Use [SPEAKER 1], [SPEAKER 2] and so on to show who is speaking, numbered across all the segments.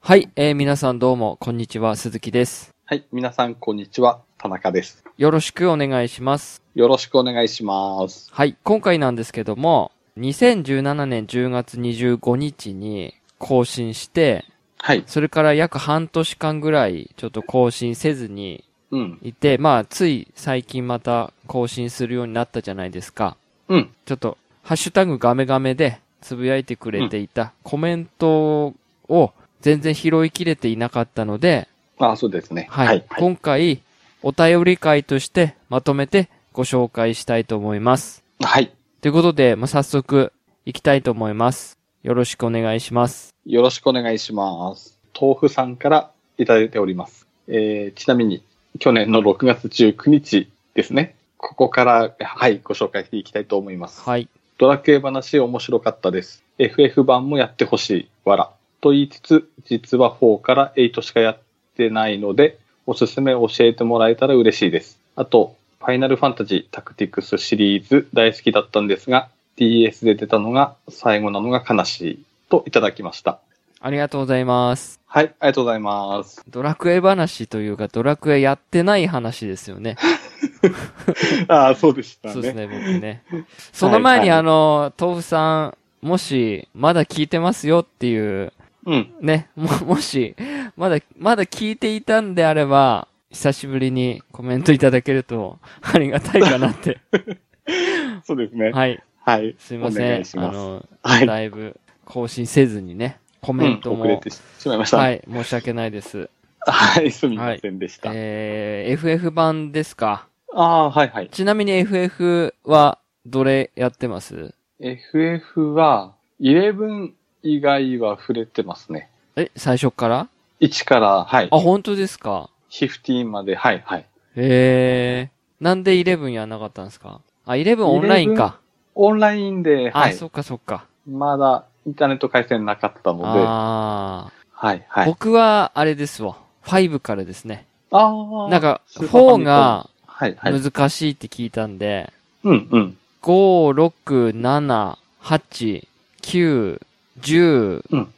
[SPEAKER 1] はい、えー皆さんどうも、こんにちは、鈴木です。
[SPEAKER 2] はい、皆さん、こんにちは。田中です。
[SPEAKER 1] よろしくお願いします。
[SPEAKER 2] よろしくお願いします。
[SPEAKER 1] はい、今回なんですけども、2017年10月25日に更新して、
[SPEAKER 2] はい。
[SPEAKER 1] それから約半年間ぐらい、ちょっと更新せずに
[SPEAKER 2] うん。
[SPEAKER 1] いて、まあ、つい最近また更新するようになったじゃないですか。
[SPEAKER 2] うん。
[SPEAKER 1] ちょっと、ハッシュタグガメガメでつぶやいてくれていたコメントを全然拾いきれていなかったので、
[SPEAKER 2] あそうですね。
[SPEAKER 1] はい。
[SPEAKER 2] はい。
[SPEAKER 1] 今回、お便り会としてまとめてご紹介したいと思います。
[SPEAKER 2] はい。
[SPEAKER 1] ということで、まあ、早速、行きたいと思います。よろしくお願いします。
[SPEAKER 2] よろしくお願いします。豆腐さんからいただいております。えー、ちなみに、去年の6月19日ですね。ここから、はい、ご紹介していきたいと思います。
[SPEAKER 1] はい。
[SPEAKER 2] ドラクエ話面白かったです。FF 版もやってほしい。わら。と言いつつ、実は4から8しかやってないので、おすすめ教えてもらえたら嬉しいです。あと、ファイナルファンタジータクティクスシリーズ大好きだったんですが、DS で出たのが最後なのが悲しい。といただきました。
[SPEAKER 1] ありがとうございます。
[SPEAKER 2] はい、ありがとうございます。
[SPEAKER 1] ドラクエ話というか、ドラクエやってない話ですよね。
[SPEAKER 2] ああ、そうでしたね。
[SPEAKER 1] そうですね、僕 ね。その前に、
[SPEAKER 2] はい
[SPEAKER 1] あの、豆腐さん、もし、まだ聞いてますよっていう、
[SPEAKER 2] うん。
[SPEAKER 1] ね、も、 もし、まだ、まだ聞いていたんであれば、久しぶりにコメントいただけると、ありがたいかな って。
[SPEAKER 2] そうですね。はい。
[SPEAKER 1] はい。すいま
[SPEAKER 2] お
[SPEAKER 1] せ
[SPEAKER 2] 願
[SPEAKER 1] ん
[SPEAKER 2] い。し
[SPEAKER 1] あ
[SPEAKER 2] ます。
[SPEAKER 1] の、
[SPEAKER 2] はい。
[SPEAKER 1] だいぶ更新せずにね、コメント
[SPEAKER 2] うん
[SPEAKER 1] も、
[SPEAKER 2] 遅れてしまいました。
[SPEAKER 1] はい、申し訳ない です。
[SPEAKER 2] はい、すみませんでした。
[SPEAKER 1] えー、FF 版ですか。
[SPEAKER 2] ああ、はいはい。
[SPEAKER 1] ちなみに FF は、どれやってます
[SPEAKER 2] FF は、11以外は触れてますね。
[SPEAKER 1] え、最初から
[SPEAKER 2] 1から、はい
[SPEAKER 1] あ、。本当ですか。
[SPEAKER 2] 15まで、はいはい。
[SPEAKER 1] えー、なんで11やらなかったんですかあ、11オンラインか。
[SPEAKER 2] オンラインで、は
[SPEAKER 1] あ、
[SPEAKER 2] い。
[SPEAKER 1] そっかそっか。
[SPEAKER 2] まだインターネット回線なかったので、
[SPEAKER 1] あ
[SPEAKER 2] はい
[SPEAKER 1] あ、
[SPEAKER 2] はい。
[SPEAKER 1] 僕は、あれですわ。5からですね。
[SPEAKER 2] ああ、
[SPEAKER 1] なん、か、
[SPEAKER 2] スーパーファミコ
[SPEAKER 1] 4
[SPEAKER 2] ン
[SPEAKER 1] が
[SPEAKER 2] はいはい。
[SPEAKER 1] 難しいって聞いたんで、
[SPEAKER 2] うんうん。
[SPEAKER 1] 5、6、7、8、9、10、
[SPEAKER 2] うん。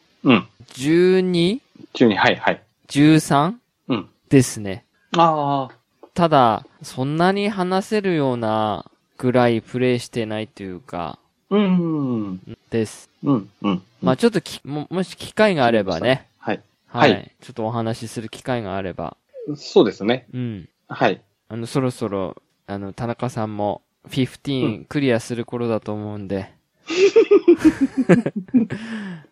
[SPEAKER 1] 12、
[SPEAKER 2] 12、はいはい。
[SPEAKER 1] 13
[SPEAKER 2] うん。
[SPEAKER 1] ですね。
[SPEAKER 2] ああ、
[SPEAKER 1] ただ、そんなに話せるようなぐらいプレイしてないというか、
[SPEAKER 2] うん。
[SPEAKER 1] です。
[SPEAKER 2] うんうん。
[SPEAKER 1] まあちょっとき、も、もし機会があればね。
[SPEAKER 2] はい。
[SPEAKER 1] はい。
[SPEAKER 2] は
[SPEAKER 1] ちょっとお話しする機会があれば。
[SPEAKER 2] そうですね。
[SPEAKER 1] うん。
[SPEAKER 2] はい。
[SPEAKER 1] あの、そろそろ、あの、田中さんも、
[SPEAKER 2] う
[SPEAKER 1] 15クリアする頃だと思うんで。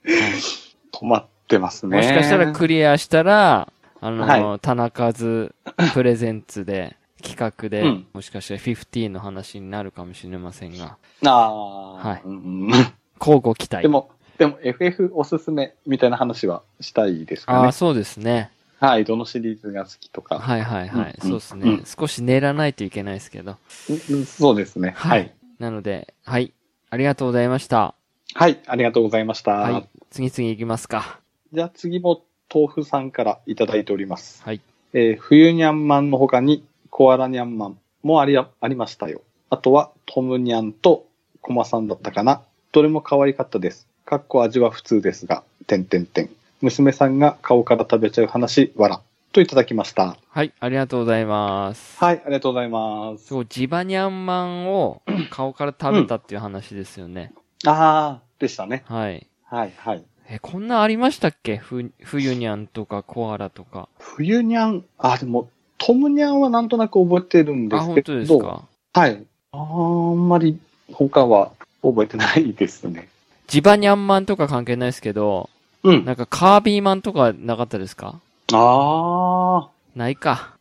[SPEAKER 2] 止まってますね。
[SPEAKER 1] もしかしたらクリアしたら、あの、
[SPEAKER 2] は
[SPEAKER 1] 田中図プレゼンツで、企画で、
[SPEAKER 2] うん
[SPEAKER 1] もしかしたら15の話になるかもしれませんが、
[SPEAKER 2] ああ、
[SPEAKER 1] はい
[SPEAKER 2] うんうん
[SPEAKER 1] 交互期待。
[SPEAKER 2] でも、でも FF おすすめみたいな話はしたいです
[SPEAKER 1] あ
[SPEAKER 2] か
[SPEAKER 1] あ、
[SPEAKER 2] ね。
[SPEAKER 1] そうですね。
[SPEAKER 2] はい、どのシリーズが好きとか。
[SPEAKER 1] はいはいはい。
[SPEAKER 2] うん
[SPEAKER 1] そうですね、
[SPEAKER 2] うん
[SPEAKER 1] 少し練らないといけないですけど。
[SPEAKER 2] うんそうですね。
[SPEAKER 1] は
[SPEAKER 2] はいい。
[SPEAKER 1] なので、はい。ありがとうございました。
[SPEAKER 2] はい、ありがとうございました。
[SPEAKER 1] はい。次々行きますか。
[SPEAKER 2] じゃあ次も豆腐さんからいただいております。
[SPEAKER 1] はい。
[SPEAKER 2] えー冬にゃんまんの他にコアラにゃんまんもありあありましたよ。あとはトムにゃんとコマさんだったかな。どれも可愛かったです。かっこ味は普通ですが、てんてんてん。娘さんが顔から食べちゃう話、わら。といただきました。
[SPEAKER 1] はい。ありがとうございます。
[SPEAKER 2] はい、ありがとうございます。
[SPEAKER 1] そう、ジバニャンマン を顔から食べたっていう話ですよね。
[SPEAKER 2] あー、でしたね。
[SPEAKER 1] はい。
[SPEAKER 2] はい、はい。
[SPEAKER 1] え、こんなありましたっけふ、冬にゃんとかコアラとか。
[SPEAKER 2] 冬にゃん、あ、でも、トムにゃんはなんとなく覚えてるんで
[SPEAKER 1] あ、
[SPEAKER 2] す
[SPEAKER 1] 本
[SPEAKER 2] け
[SPEAKER 1] 当
[SPEAKER 2] ど、
[SPEAKER 1] ですか。
[SPEAKER 2] はい。あーあんまり他は覚えてないですね。
[SPEAKER 1] ジバニャンマンとか関係ないですけど、
[SPEAKER 2] うん。
[SPEAKER 1] なんかカービーマンとかなかったですか
[SPEAKER 2] ああ、
[SPEAKER 1] ない か。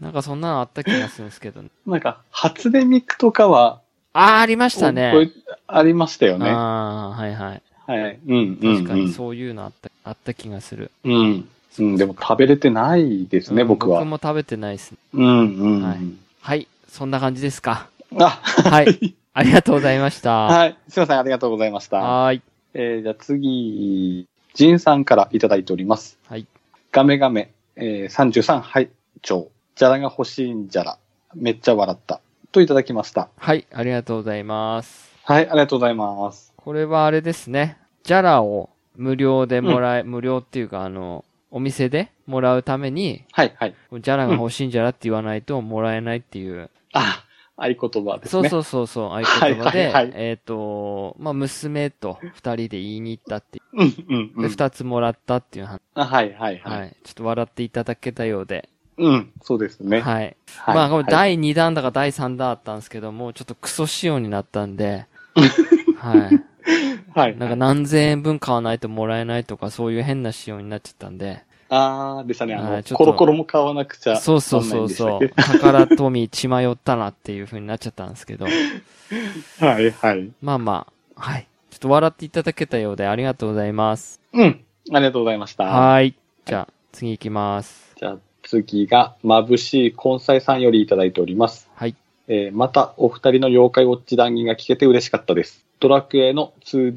[SPEAKER 1] なんかそんなのあった気がするんですけど、ね、
[SPEAKER 2] なんか、初音ミクとかは、
[SPEAKER 1] あー、ありましたね。
[SPEAKER 2] 覚えありましたよね。は
[SPEAKER 1] ああ、はいはい。
[SPEAKER 2] い。うん、うん。
[SPEAKER 1] 確かにそういうのあった、あった気がする。
[SPEAKER 2] うん。うん。うん、でも食べれてないですね、
[SPEAKER 1] うん
[SPEAKER 2] 僕は。
[SPEAKER 1] 僕も食べてないですね。
[SPEAKER 2] うん、うん。
[SPEAKER 1] はいはい。そんな感じですか。
[SPEAKER 2] あ、
[SPEAKER 1] はい。ありがとうございました。
[SPEAKER 2] はい。すいません、ありがとうございました。
[SPEAKER 1] はーい。
[SPEAKER 2] えーじゃあ次、ジンさんからいただいております。
[SPEAKER 1] はい。
[SPEAKER 2] ガメガメ、えー、33拝聴じゃらが欲しいんじゃら。めっちゃ笑った。といただきました。
[SPEAKER 1] はい、ありがとうございます。
[SPEAKER 2] はい、ありがとうございます。
[SPEAKER 1] これはあれですね。ジャラを無料でもらえ、無料っていうか、あの、お店でもらうために、
[SPEAKER 2] はい、はい。
[SPEAKER 1] ジャラが欲しいんじゃらって言わないともらえないっていう。
[SPEAKER 2] あ、合言葉です
[SPEAKER 1] そう
[SPEAKER 2] ね。う
[SPEAKER 1] そうそうそう、合言葉
[SPEAKER 2] はい
[SPEAKER 1] で
[SPEAKER 2] はいはい、
[SPEAKER 1] えっと、まあ、娘と二人で言いに行ったってい
[SPEAKER 2] そう。うん、うん、
[SPEAKER 1] う。
[SPEAKER 2] う
[SPEAKER 1] で、
[SPEAKER 2] ん。
[SPEAKER 1] 二つもらったっていう話。
[SPEAKER 2] あはい、はい、はい。
[SPEAKER 1] はい。ちょっと笑っていただけたようで。
[SPEAKER 2] うん、そうですね。
[SPEAKER 1] はい。
[SPEAKER 2] はい
[SPEAKER 1] まあ、これ
[SPEAKER 2] はい
[SPEAKER 1] 第2弾だか第3弾あったんですけども、ちょっとクソ仕様になったん で、はい。
[SPEAKER 2] はい。
[SPEAKER 1] なんか何千円分買わないともらえないとか、そういう変な仕様になっちゃったんで。
[SPEAKER 2] あー、でしたね。あ
[SPEAKER 1] は
[SPEAKER 2] の、
[SPEAKER 1] いちょっと
[SPEAKER 2] コロコロも買わなくちゃ。
[SPEAKER 1] そうそうそう
[SPEAKER 2] 残
[SPEAKER 1] そ
[SPEAKER 2] 念
[SPEAKER 1] う。
[SPEAKER 2] でしたっ
[SPEAKER 1] 宝富血迷ったなっていう風になっちゃったんですけ ど。
[SPEAKER 2] けはい、はい。
[SPEAKER 1] まあまあ。はい。ちょっと笑っていただけたようでありがとうございます。
[SPEAKER 2] うん。ありがとうございました。
[SPEAKER 1] はい。じゃあ、次行きます。
[SPEAKER 2] じゃあ次が、眩しい根菜さんよりいただいております。
[SPEAKER 1] はい。
[SPEAKER 2] えーまたお二人の妖怪ウォッチ談義が聞けて嬉しかったです。ドラクエの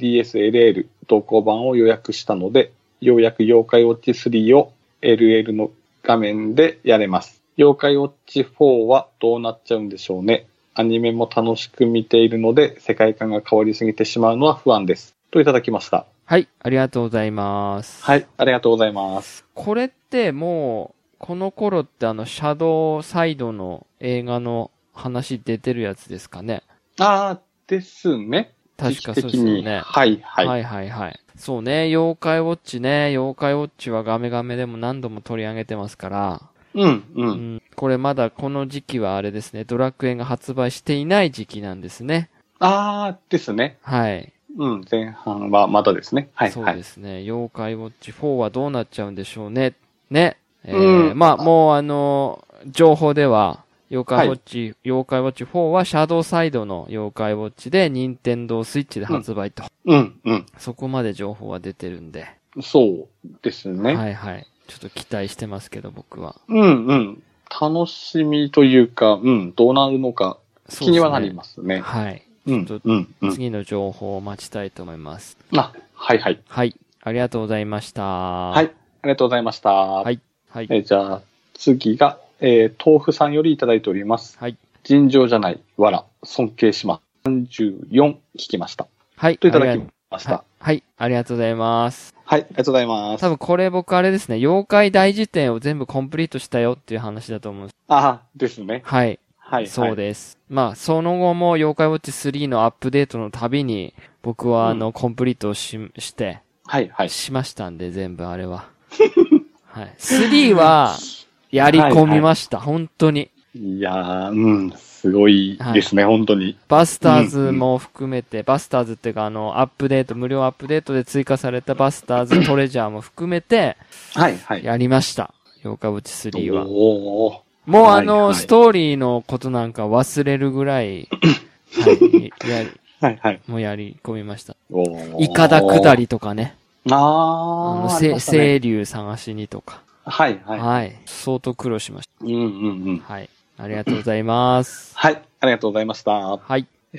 [SPEAKER 2] 2DSLL 投稿版を予約したので、ようやく妖怪ウォッチ3を LL の画面でやれます。妖怪ウォッチ4はどうなっちゃうんでしょうね。アニメも楽しく見ているので、世界観が変わりすぎてしまうのは不安です。といただきました。
[SPEAKER 1] はい。ありがとうございます。
[SPEAKER 2] はい、ありがとうございます。
[SPEAKER 1] これってもう、この頃ってあの、シャドウサイドの映画の話出てるやつですかね。
[SPEAKER 2] あーですね。
[SPEAKER 1] 確かそうで
[SPEAKER 2] 時期的
[SPEAKER 1] すよ
[SPEAKER 2] に
[SPEAKER 1] ね。
[SPEAKER 2] はい、はい。
[SPEAKER 1] はいはいはい。そうね、妖怪ウォッチね、妖怪ウォッチはガメガメでも何度も取り上げてますから、
[SPEAKER 2] うん、う。
[SPEAKER 1] うんん、これまだこの時期はあれですね、ドラクエが発売していない時期なんですね。
[SPEAKER 2] あーですね。
[SPEAKER 1] はい。
[SPEAKER 2] うん、前半はまだですね。はい、
[SPEAKER 1] そう
[SPEAKER 2] は
[SPEAKER 1] で
[SPEAKER 2] い。
[SPEAKER 1] すね、妖怪ウォッチ4はどうなっちゃうんでしょうね。ね。えー
[SPEAKER 2] うん
[SPEAKER 1] まあ、もうあのー情報では、妖怪ウォッチ、妖怪ウォッチ4はシャドウサイドの妖怪ウォッチで、任天堂スイッチで発売と。
[SPEAKER 2] うん、うん。
[SPEAKER 1] そこまで情報は出てるんで。
[SPEAKER 2] そうですね。
[SPEAKER 1] はいはい。ちょっと期待してますけど、僕は。
[SPEAKER 2] うん、うん。楽しみというか、うん、どうなるのか気にはなり
[SPEAKER 1] ま
[SPEAKER 2] ますね。
[SPEAKER 1] はい。
[SPEAKER 2] うん
[SPEAKER 1] ちょっ、と
[SPEAKER 2] うん、うん。
[SPEAKER 1] 次の情報を待ちたいと思います。
[SPEAKER 2] あ、はい、はい。
[SPEAKER 1] はい。ありがとうございました。
[SPEAKER 2] は。、
[SPEAKER 1] はい
[SPEAKER 2] ありがとうございました。はい
[SPEAKER 1] はい。
[SPEAKER 2] えーじゃあ、次が、えー豆腐さんよりいただいております。
[SPEAKER 1] はい。
[SPEAKER 2] 尋常じゃない、わら、尊敬します。34聞きました。
[SPEAKER 1] はい。
[SPEAKER 2] といただ
[SPEAKER 1] あ
[SPEAKER 2] き
[SPEAKER 1] りが
[SPEAKER 2] ました。
[SPEAKER 1] はい。ありがとうございます。
[SPEAKER 2] はい、ありがとうございます。
[SPEAKER 1] 多分これ僕あれですね、妖怪大辞典を全部コンプリートしたよっていう話だと思うんです。
[SPEAKER 2] あーですね。
[SPEAKER 1] はい。
[SPEAKER 2] はい、はい。
[SPEAKER 1] そうです。まあ、その後も妖怪ウォッチ3のアップデートのたびに、僕はあの、コンプリートし、して、
[SPEAKER 2] はい、はい。
[SPEAKER 1] しましたんで、全部あれは。はい。3は、やり込みました、本当に。
[SPEAKER 2] いやー、うん、すごいですね、本当に。
[SPEAKER 1] バスターズも含めて、バスターズっていうか、あの、アップデート、無料アップデートで追加されたバスター ズトレジャーも含めて、
[SPEAKER 2] はい、はい。
[SPEAKER 1] やりました。妖怪ウォッチ3は。
[SPEAKER 2] おー
[SPEAKER 1] もうあ
[SPEAKER 2] はいは
[SPEAKER 1] の、
[SPEAKER 2] い
[SPEAKER 1] ストーリーのことなんか忘れるぐらい、はい、や り、
[SPEAKER 2] はい、はい。
[SPEAKER 1] もうやり込みました。
[SPEAKER 2] おー
[SPEAKER 1] イカダ下。りとかね。あ
[SPEAKER 2] あ
[SPEAKER 1] の、
[SPEAKER 2] ー、
[SPEAKER 1] せ
[SPEAKER 2] ありましたね
[SPEAKER 1] 清流探しにとか。
[SPEAKER 2] はい、は
[SPEAKER 1] はい。相当苦労しまし
[SPEAKER 2] い。うん、うん、うん
[SPEAKER 1] た。。はい。ありがとうございます。
[SPEAKER 2] はい、ありがとうございました。
[SPEAKER 1] はい。
[SPEAKER 2] え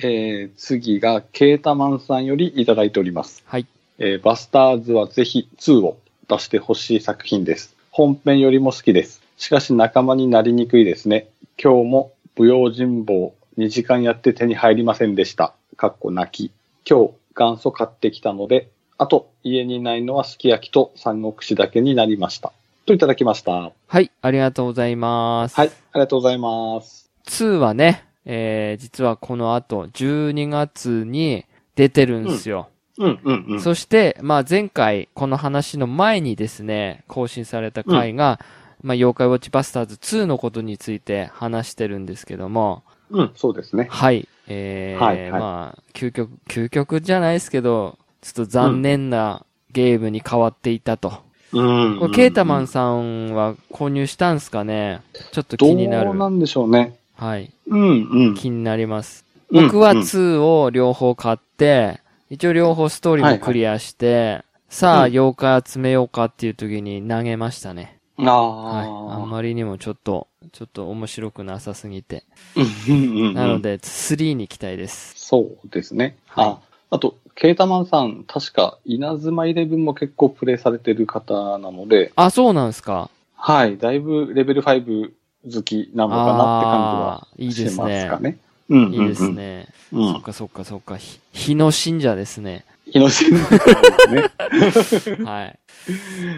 [SPEAKER 2] ー、次が、ケータマンさんよりいただいております。
[SPEAKER 1] はい。
[SPEAKER 2] えー、バスターズはぜひ2を出してほしい作品です。本編よりも好きです。しかし仲間になりにくいですね。今日も舞踊人望2時間やって手に入りませんでした。かっこ泣き。今日元祖買ってきたので、あと家にないのはすき焼きと三国志だけになりました。といただきました。はい、
[SPEAKER 1] はい。ありがとうございます。
[SPEAKER 2] ありがとうございます。
[SPEAKER 1] 2はね、えー、実はこの後、12月に出てるんですよ。
[SPEAKER 2] うん、うん、うん。
[SPEAKER 1] そして、まあ前回、この話の前にですね、更新された回が、まあ妖怪ウォッチバスターズ2のことについて話してるんですけども、
[SPEAKER 2] うん、そうですね。
[SPEAKER 1] はい。えー、
[SPEAKER 2] はいはい
[SPEAKER 1] まあ、究極、究極じゃないですけど、ちょっと残念なゲームに変わっていたと。
[SPEAKER 2] うん
[SPEAKER 1] これケータマンさんは購入したんすかねちょっと
[SPEAKER 2] ど
[SPEAKER 1] 気になる
[SPEAKER 2] う。なんでしょうね。
[SPEAKER 1] はい。
[SPEAKER 2] うん、うん。
[SPEAKER 1] 気になります。僕は
[SPEAKER 2] うんうん
[SPEAKER 1] 2を両方買って、一応両方ストーリーもクリアして、さあ、
[SPEAKER 2] うん
[SPEAKER 1] 妖怪集めようかっていう時に投げましたね。はい。あ
[SPEAKER 2] あ
[SPEAKER 1] んまりにもちょっと、ちょっと面白くなさすぎて。
[SPEAKER 2] あ、うんうんうん
[SPEAKER 1] なので、3に期待です。
[SPEAKER 2] そうですね。
[SPEAKER 1] はい
[SPEAKER 2] ああと、ケータマンさん、確か、稲妻イレブンも結構プレイされてる方なので、
[SPEAKER 1] あ、そうなんですか
[SPEAKER 2] はい、だいぶレベル5好きなのかなっ
[SPEAKER 1] ああー、
[SPEAKER 2] て
[SPEAKER 1] い
[SPEAKER 2] 感
[SPEAKER 1] い
[SPEAKER 2] じ
[SPEAKER 1] で
[SPEAKER 2] はし
[SPEAKER 1] す
[SPEAKER 2] ます
[SPEAKER 1] ね
[SPEAKER 2] か。ね。うんうんうん
[SPEAKER 1] いいですね。
[SPEAKER 2] う
[SPEAKER 1] そっ
[SPEAKER 2] ん
[SPEAKER 1] かそっかそっか。ひ、日の信者ですね。
[SPEAKER 2] 日野真司さんですね。
[SPEAKER 1] はい。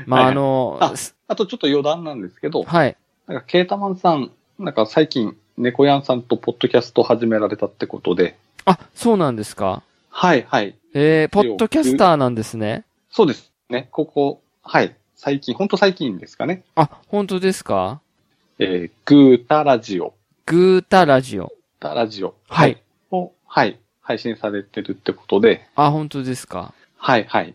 [SPEAKER 1] まあ、
[SPEAKER 2] はい
[SPEAKER 1] あの、
[SPEAKER 2] あ
[SPEAKER 1] す
[SPEAKER 2] あとちょっと余談なんですけど、
[SPEAKER 1] はい。
[SPEAKER 2] なんかケータマンさん、なんか最近、猫やんさんとポッドキャスト始められたってことで、
[SPEAKER 1] あ、そうなんですか。
[SPEAKER 2] はいはい。
[SPEAKER 1] えー、ポッドキャスターなんですね。
[SPEAKER 2] そうですね。ここ、はい。最近、ほんと最近ですかね。
[SPEAKER 1] あ、本当ですか
[SPEAKER 2] えー、グータラジオ。
[SPEAKER 1] グータラジオ。
[SPEAKER 2] タラジオ。
[SPEAKER 1] はい。
[SPEAKER 2] を、はい。配信されてるってことで、
[SPEAKER 1] あ、本当ですか。
[SPEAKER 2] はいはい。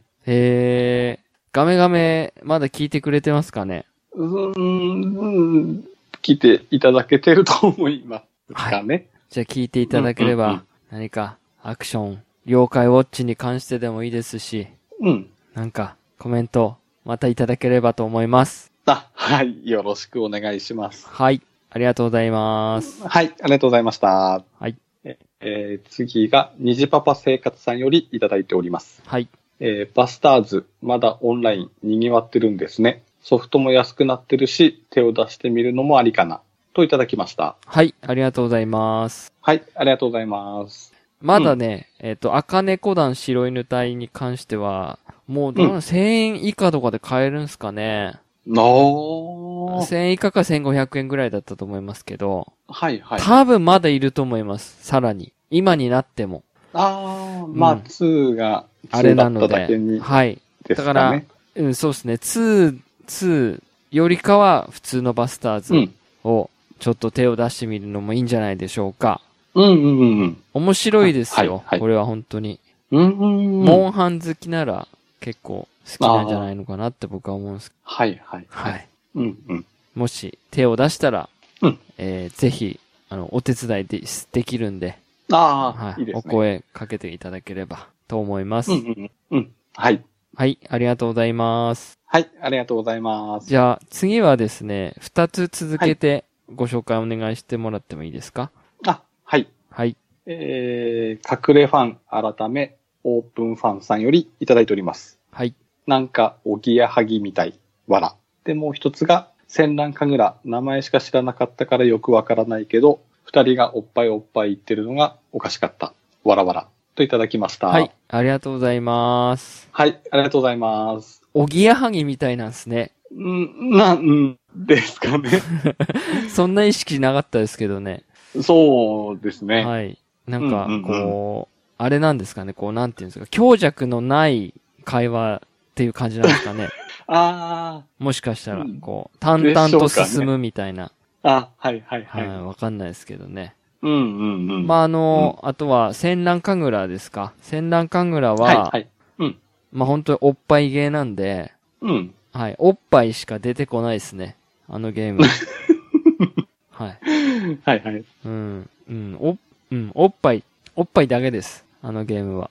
[SPEAKER 1] えー、ガメガメ、まだ聞いてくれてますかね
[SPEAKER 2] うーん、うん来ていただけてると思いますかね。
[SPEAKER 1] じゃあ聞いていただけれ
[SPEAKER 2] うんうんう
[SPEAKER 1] ば
[SPEAKER 2] ん、
[SPEAKER 1] 何かアクション、妖怪ウォッチに関してでもいいですし、
[SPEAKER 2] うん。
[SPEAKER 1] なんかコメント、またいただければと思います。
[SPEAKER 2] あ、はい。よろしくお願いします。
[SPEAKER 1] はい。ありがとうございます。
[SPEAKER 2] はい。ありがとうございました。
[SPEAKER 1] はい
[SPEAKER 2] え。えー次が、にじパパ生活さんよりいただいております。
[SPEAKER 1] はい。
[SPEAKER 2] えーバスターズ、まだオンライン、賑わってるんですね。ソフトも安くなってるし、手を出してみるのもありかな。といただきました。
[SPEAKER 1] はい。ありがとうございます。
[SPEAKER 2] はい。ありがとうございます。
[SPEAKER 1] まだね、えっ、と、赤猫団白犬隊に関しては、もうどうなの、
[SPEAKER 2] うん
[SPEAKER 1] 1000円以下とかで買えるんすかね
[SPEAKER 2] の
[SPEAKER 1] ?1000 円以下か1500円ぐらいだったと思いますけど、
[SPEAKER 2] はいはい。あ
[SPEAKER 1] 多分まだいると思います。さらに。今になっても。
[SPEAKER 2] あー、ま
[SPEAKER 1] う
[SPEAKER 2] あ、
[SPEAKER 1] ん
[SPEAKER 2] 2が、
[SPEAKER 1] あれな
[SPEAKER 2] 2
[SPEAKER 1] の
[SPEAKER 2] だっただけ
[SPEAKER 1] で。
[SPEAKER 2] に
[SPEAKER 1] はい。だ
[SPEAKER 2] です
[SPEAKER 1] か
[SPEAKER 2] からね。
[SPEAKER 1] うん、そうですね。2、2よりかは普通のバスター
[SPEAKER 2] う
[SPEAKER 1] ズ
[SPEAKER 2] ん。
[SPEAKER 1] をちょっと手を出してみるのもいいんじゃないでしょうか。
[SPEAKER 2] うんうんうん
[SPEAKER 1] 面白いですよ。
[SPEAKER 2] はいはい
[SPEAKER 1] これは本当に。
[SPEAKER 2] うん。うん。
[SPEAKER 1] モンハン好きなら結構好きなんじゃないのかなって僕は思うんですけ
[SPEAKER 2] はいはい。
[SPEAKER 1] ど。はい。
[SPEAKER 2] うんうん。
[SPEAKER 1] もし手を出したら、
[SPEAKER 2] うん
[SPEAKER 1] えーぜひ、あの、お手伝いでできるんで、
[SPEAKER 2] ああ、
[SPEAKER 1] はい
[SPEAKER 2] い、いですね。
[SPEAKER 1] お声かけていただければと思います。
[SPEAKER 2] うんうんうんうん。はい。
[SPEAKER 1] はい、ありがとうございます。
[SPEAKER 2] はい、ありがとうございます。
[SPEAKER 1] じゃあ、次はですね、二つ続けてご紹介お願いしてもらってもいいですか
[SPEAKER 2] あ、はい。
[SPEAKER 1] はい。
[SPEAKER 2] えー、隠れファン改め、オープンファンさんよりいただいております。
[SPEAKER 1] はい。
[SPEAKER 2] なんか、おぎやはぎみたい、わら。で、もう一つが、戦乱神楽、名前しか知らなかったからよくわからないけど、二人がおっぱいおっぱい言ってるのがおかしかった。わらわら。といただきました。
[SPEAKER 1] はい。。ありがとうございます。
[SPEAKER 2] はい、ありがとうございます。
[SPEAKER 1] おぎやはぎみたいなんですね。
[SPEAKER 2] んなんですかね。
[SPEAKER 1] そんな意識なかったですけどね。
[SPEAKER 2] そうですね。
[SPEAKER 1] はい。なんか
[SPEAKER 2] うんうんうん、
[SPEAKER 1] こう、あれなんですかね、こう、なんていうんですか、強弱のない会話っていう感じなんですか ね。
[SPEAKER 2] あ
[SPEAKER 1] もしかしたら
[SPEAKER 2] うん、
[SPEAKER 1] こう、淡々と
[SPEAKER 2] でしょうかね
[SPEAKER 1] 進むみたいな。
[SPEAKER 2] あ、あ、はいはいは。
[SPEAKER 1] はいい。わかんないですけどね。
[SPEAKER 2] うんうんうん。
[SPEAKER 1] まあ、あの、あとは、戦乱神楽ですか。戦乱神楽
[SPEAKER 2] はい
[SPEAKER 1] は
[SPEAKER 2] は、い。
[SPEAKER 1] まあ本当におっぱいゲーなんで、
[SPEAKER 2] うん。
[SPEAKER 1] はい、おっぱいしか出てこないですね。あの ゲーム。はい。
[SPEAKER 2] はいはい。
[SPEAKER 1] うん、うん、お、うん、おっぱい、おっぱいだけです。あのゲー ムは。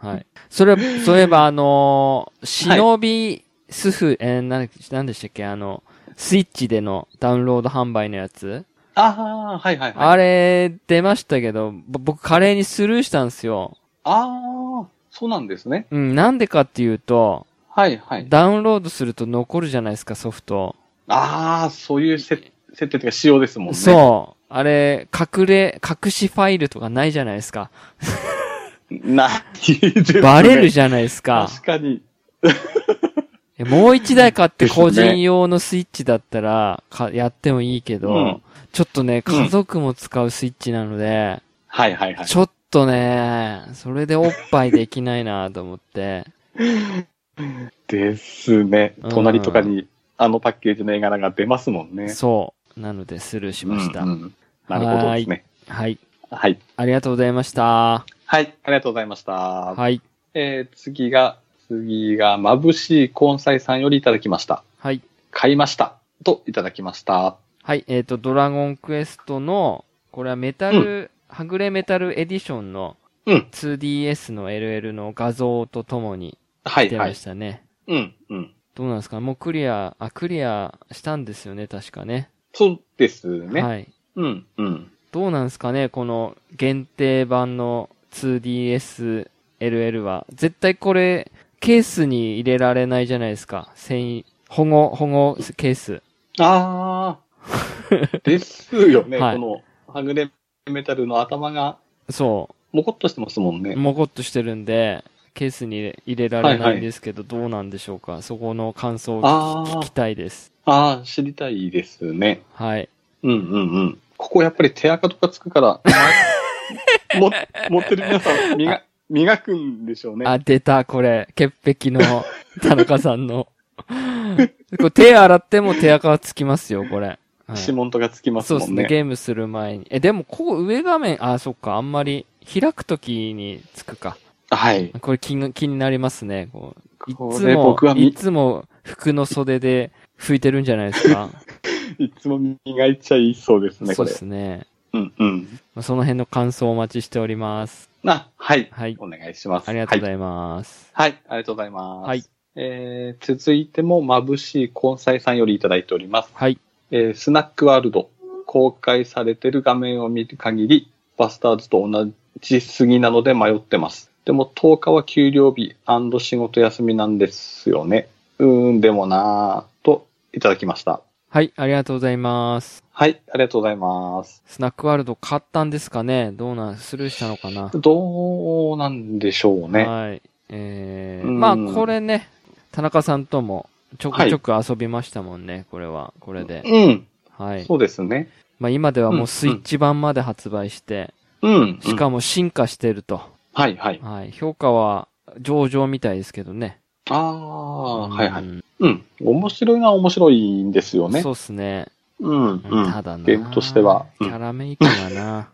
[SPEAKER 1] はい。それ、そういえばあのー忍びスフ、えー、なん、なんでしたっけあの、スイッチでのダウンロード販売のやつ、
[SPEAKER 2] ああ、はいはいはい。
[SPEAKER 1] あれ、出ましたけど、ぼ僕、華麗にスルーしたんですよ。
[SPEAKER 2] ああ、そうなんですね。
[SPEAKER 1] うん、なんでかっていうと、
[SPEAKER 2] はいはい。
[SPEAKER 1] ダウンロードすると残るじゃないですか、ソフト。
[SPEAKER 2] ああ、そういうせ設定というか仕様ですもんね。
[SPEAKER 1] そう。あれ、隠れ、隠しファイルとかないじゃないですか。
[SPEAKER 2] う。ないですね。
[SPEAKER 1] バレるじゃないですか。
[SPEAKER 2] 確かに。
[SPEAKER 1] えもう一台買って
[SPEAKER 2] ですね
[SPEAKER 1] 個人用のスイッチだったら、かやってもいいけど、
[SPEAKER 2] うん
[SPEAKER 1] ちょっとね、家族も使うスイッチなので、
[SPEAKER 2] はいはいはい。
[SPEAKER 1] ちょっとね、それでおっぱいできないなと思って。
[SPEAKER 2] ですね
[SPEAKER 1] うん。
[SPEAKER 2] 隣とかにあのパッケージの絵柄が出ますもんね。
[SPEAKER 1] そう。なので、スルーしました。
[SPEAKER 2] うんうんなるほどですね。
[SPEAKER 1] はい。
[SPEAKER 2] はい。
[SPEAKER 1] ありがとうございました。
[SPEAKER 2] はい。ありがとうございました。
[SPEAKER 1] はい。
[SPEAKER 2] えー次が、次が、眩しい根菜さんよりいただきました。
[SPEAKER 1] はい。
[SPEAKER 2] 買いました。といただきました。
[SPEAKER 1] はい、えっ、と、ドラゴンクエストの、これはメタル、
[SPEAKER 2] う
[SPEAKER 1] はぐれメタルエディションの
[SPEAKER 2] うん
[SPEAKER 1] 2DS の LL の画像とともに
[SPEAKER 2] は
[SPEAKER 1] 出
[SPEAKER 2] いは
[SPEAKER 1] ま
[SPEAKER 2] い
[SPEAKER 1] し。たね。
[SPEAKER 2] うん、うん。
[SPEAKER 1] どうなんですかもうクリア、あ、クリアしたんですよね、確かね。
[SPEAKER 2] そうですね。
[SPEAKER 1] はい。
[SPEAKER 2] うん、うん。
[SPEAKER 1] どうなんですかねこの限定版の 2DSLL は。絶対これ、ケースに入れられないじゃないですか。繊維、保護、保護ケース。
[SPEAKER 2] あー。ですよね。
[SPEAKER 1] はい
[SPEAKER 2] この、はぐれメタルの頭が
[SPEAKER 1] そ
[SPEAKER 2] もこっとしてますもんね。
[SPEAKER 1] もこっとしてるんで、ケースに入れ入れられないんですけど、どうなんでしょうか。そこの感想を
[SPEAKER 2] あー
[SPEAKER 1] 聞きたいです。
[SPEAKER 2] ああ、知りたいですね。
[SPEAKER 1] はい。
[SPEAKER 2] うんうんうん。ここやっぱり手垢とかつ くから、も持ってる皆さん磨、磨くんでしょうね。
[SPEAKER 1] あ、出た、これ。潔癖の 田中さんの。これ手洗っても手垢はつきますよ、これ。はい
[SPEAKER 2] 指紋とかつきます
[SPEAKER 1] そう
[SPEAKER 2] も
[SPEAKER 1] です
[SPEAKER 2] んね。
[SPEAKER 1] ね、ゲームする前に。え、でも、こう上画面、あ、そっか、あんまり開くときにつくか。
[SPEAKER 2] はい。
[SPEAKER 1] これ気に気になりますね。こうい
[SPEAKER 2] こ
[SPEAKER 1] つ
[SPEAKER 2] れ
[SPEAKER 1] も
[SPEAKER 2] 僕は、み
[SPEAKER 1] いつも服の袖で拭いてるんじゃないです か。
[SPEAKER 2] いつも磨いちゃいそうですね、
[SPEAKER 1] そ
[SPEAKER 2] こ
[SPEAKER 1] う
[SPEAKER 2] れ。
[SPEAKER 1] ですね。
[SPEAKER 2] うんうん。
[SPEAKER 1] まあその辺の感想をお待ちしております。
[SPEAKER 2] あ、はい。
[SPEAKER 1] はい。
[SPEAKER 2] お願いします。
[SPEAKER 1] ありがとうご
[SPEAKER 2] は
[SPEAKER 1] ざ
[SPEAKER 2] い
[SPEAKER 1] います。
[SPEAKER 2] はい、ありがとうございます。
[SPEAKER 1] はい。
[SPEAKER 2] えー、続いても、眩しい根菜さんよりいただいております。
[SPEAKER 1] はい。
[SPEAKER 2] えー、スナックワールド、公開されてる画面を見る限り、バスターズと同じすぎなので迷ってます。でも10日は給料日仕事休みなんですよね。うーん、でもなぁ、といただきました。
[SPEAKER 1] はい、ありがとうございます。
[SPEAKER 2] はい、ありがとうございます。
[SPEAKER 1] スナックワールド買ったんですかねどうなん、スルーしたのかな、
[SPEAKER 2] どうなんでしょうね。
[SPEAKER 1] はい。えー、
[SPEAKER 2] うん
[SPEAKER 1] まあ、これね、田中さんともちょくちょく遊びましたもんね、これは、これで。
[SPEAKER 2] うん、
[SPEAKER 1] はい。
[SPEAKER 2] そうですね。
[SPEAKER 1] まあ、今では
[SPEAKER 2] うん
[SPEAKER 1] も
[SPEAKER 2] う
[SPEAKER 1] うんスイッチ版まで発売して、
[SPEAKER 2] うん。
[SPEAKER 1] し
[SPEAKER 2] も。
[SPEAKER 1] かも進化してると。
[SPEAKER 2] はい、はい。
[SPEAKER 1] はい。評価は上々みたいですけどね。
[SPEAKER 2] ああ、
[SPEAKER 1] うん
[SPEAKER 2] はい、はい。うん。面白いのは面白いんですよね。
[SPEAKER 1] そうっすね。
[SPEAKER 2] うん、うん。
[SPEAKER 1] ただな。
[SPEAKER 2] ゲームとしては
[SPEAKER 1] キ
[SPEAKER 2] うん
[SPEAKER 1] ャラメイクがな。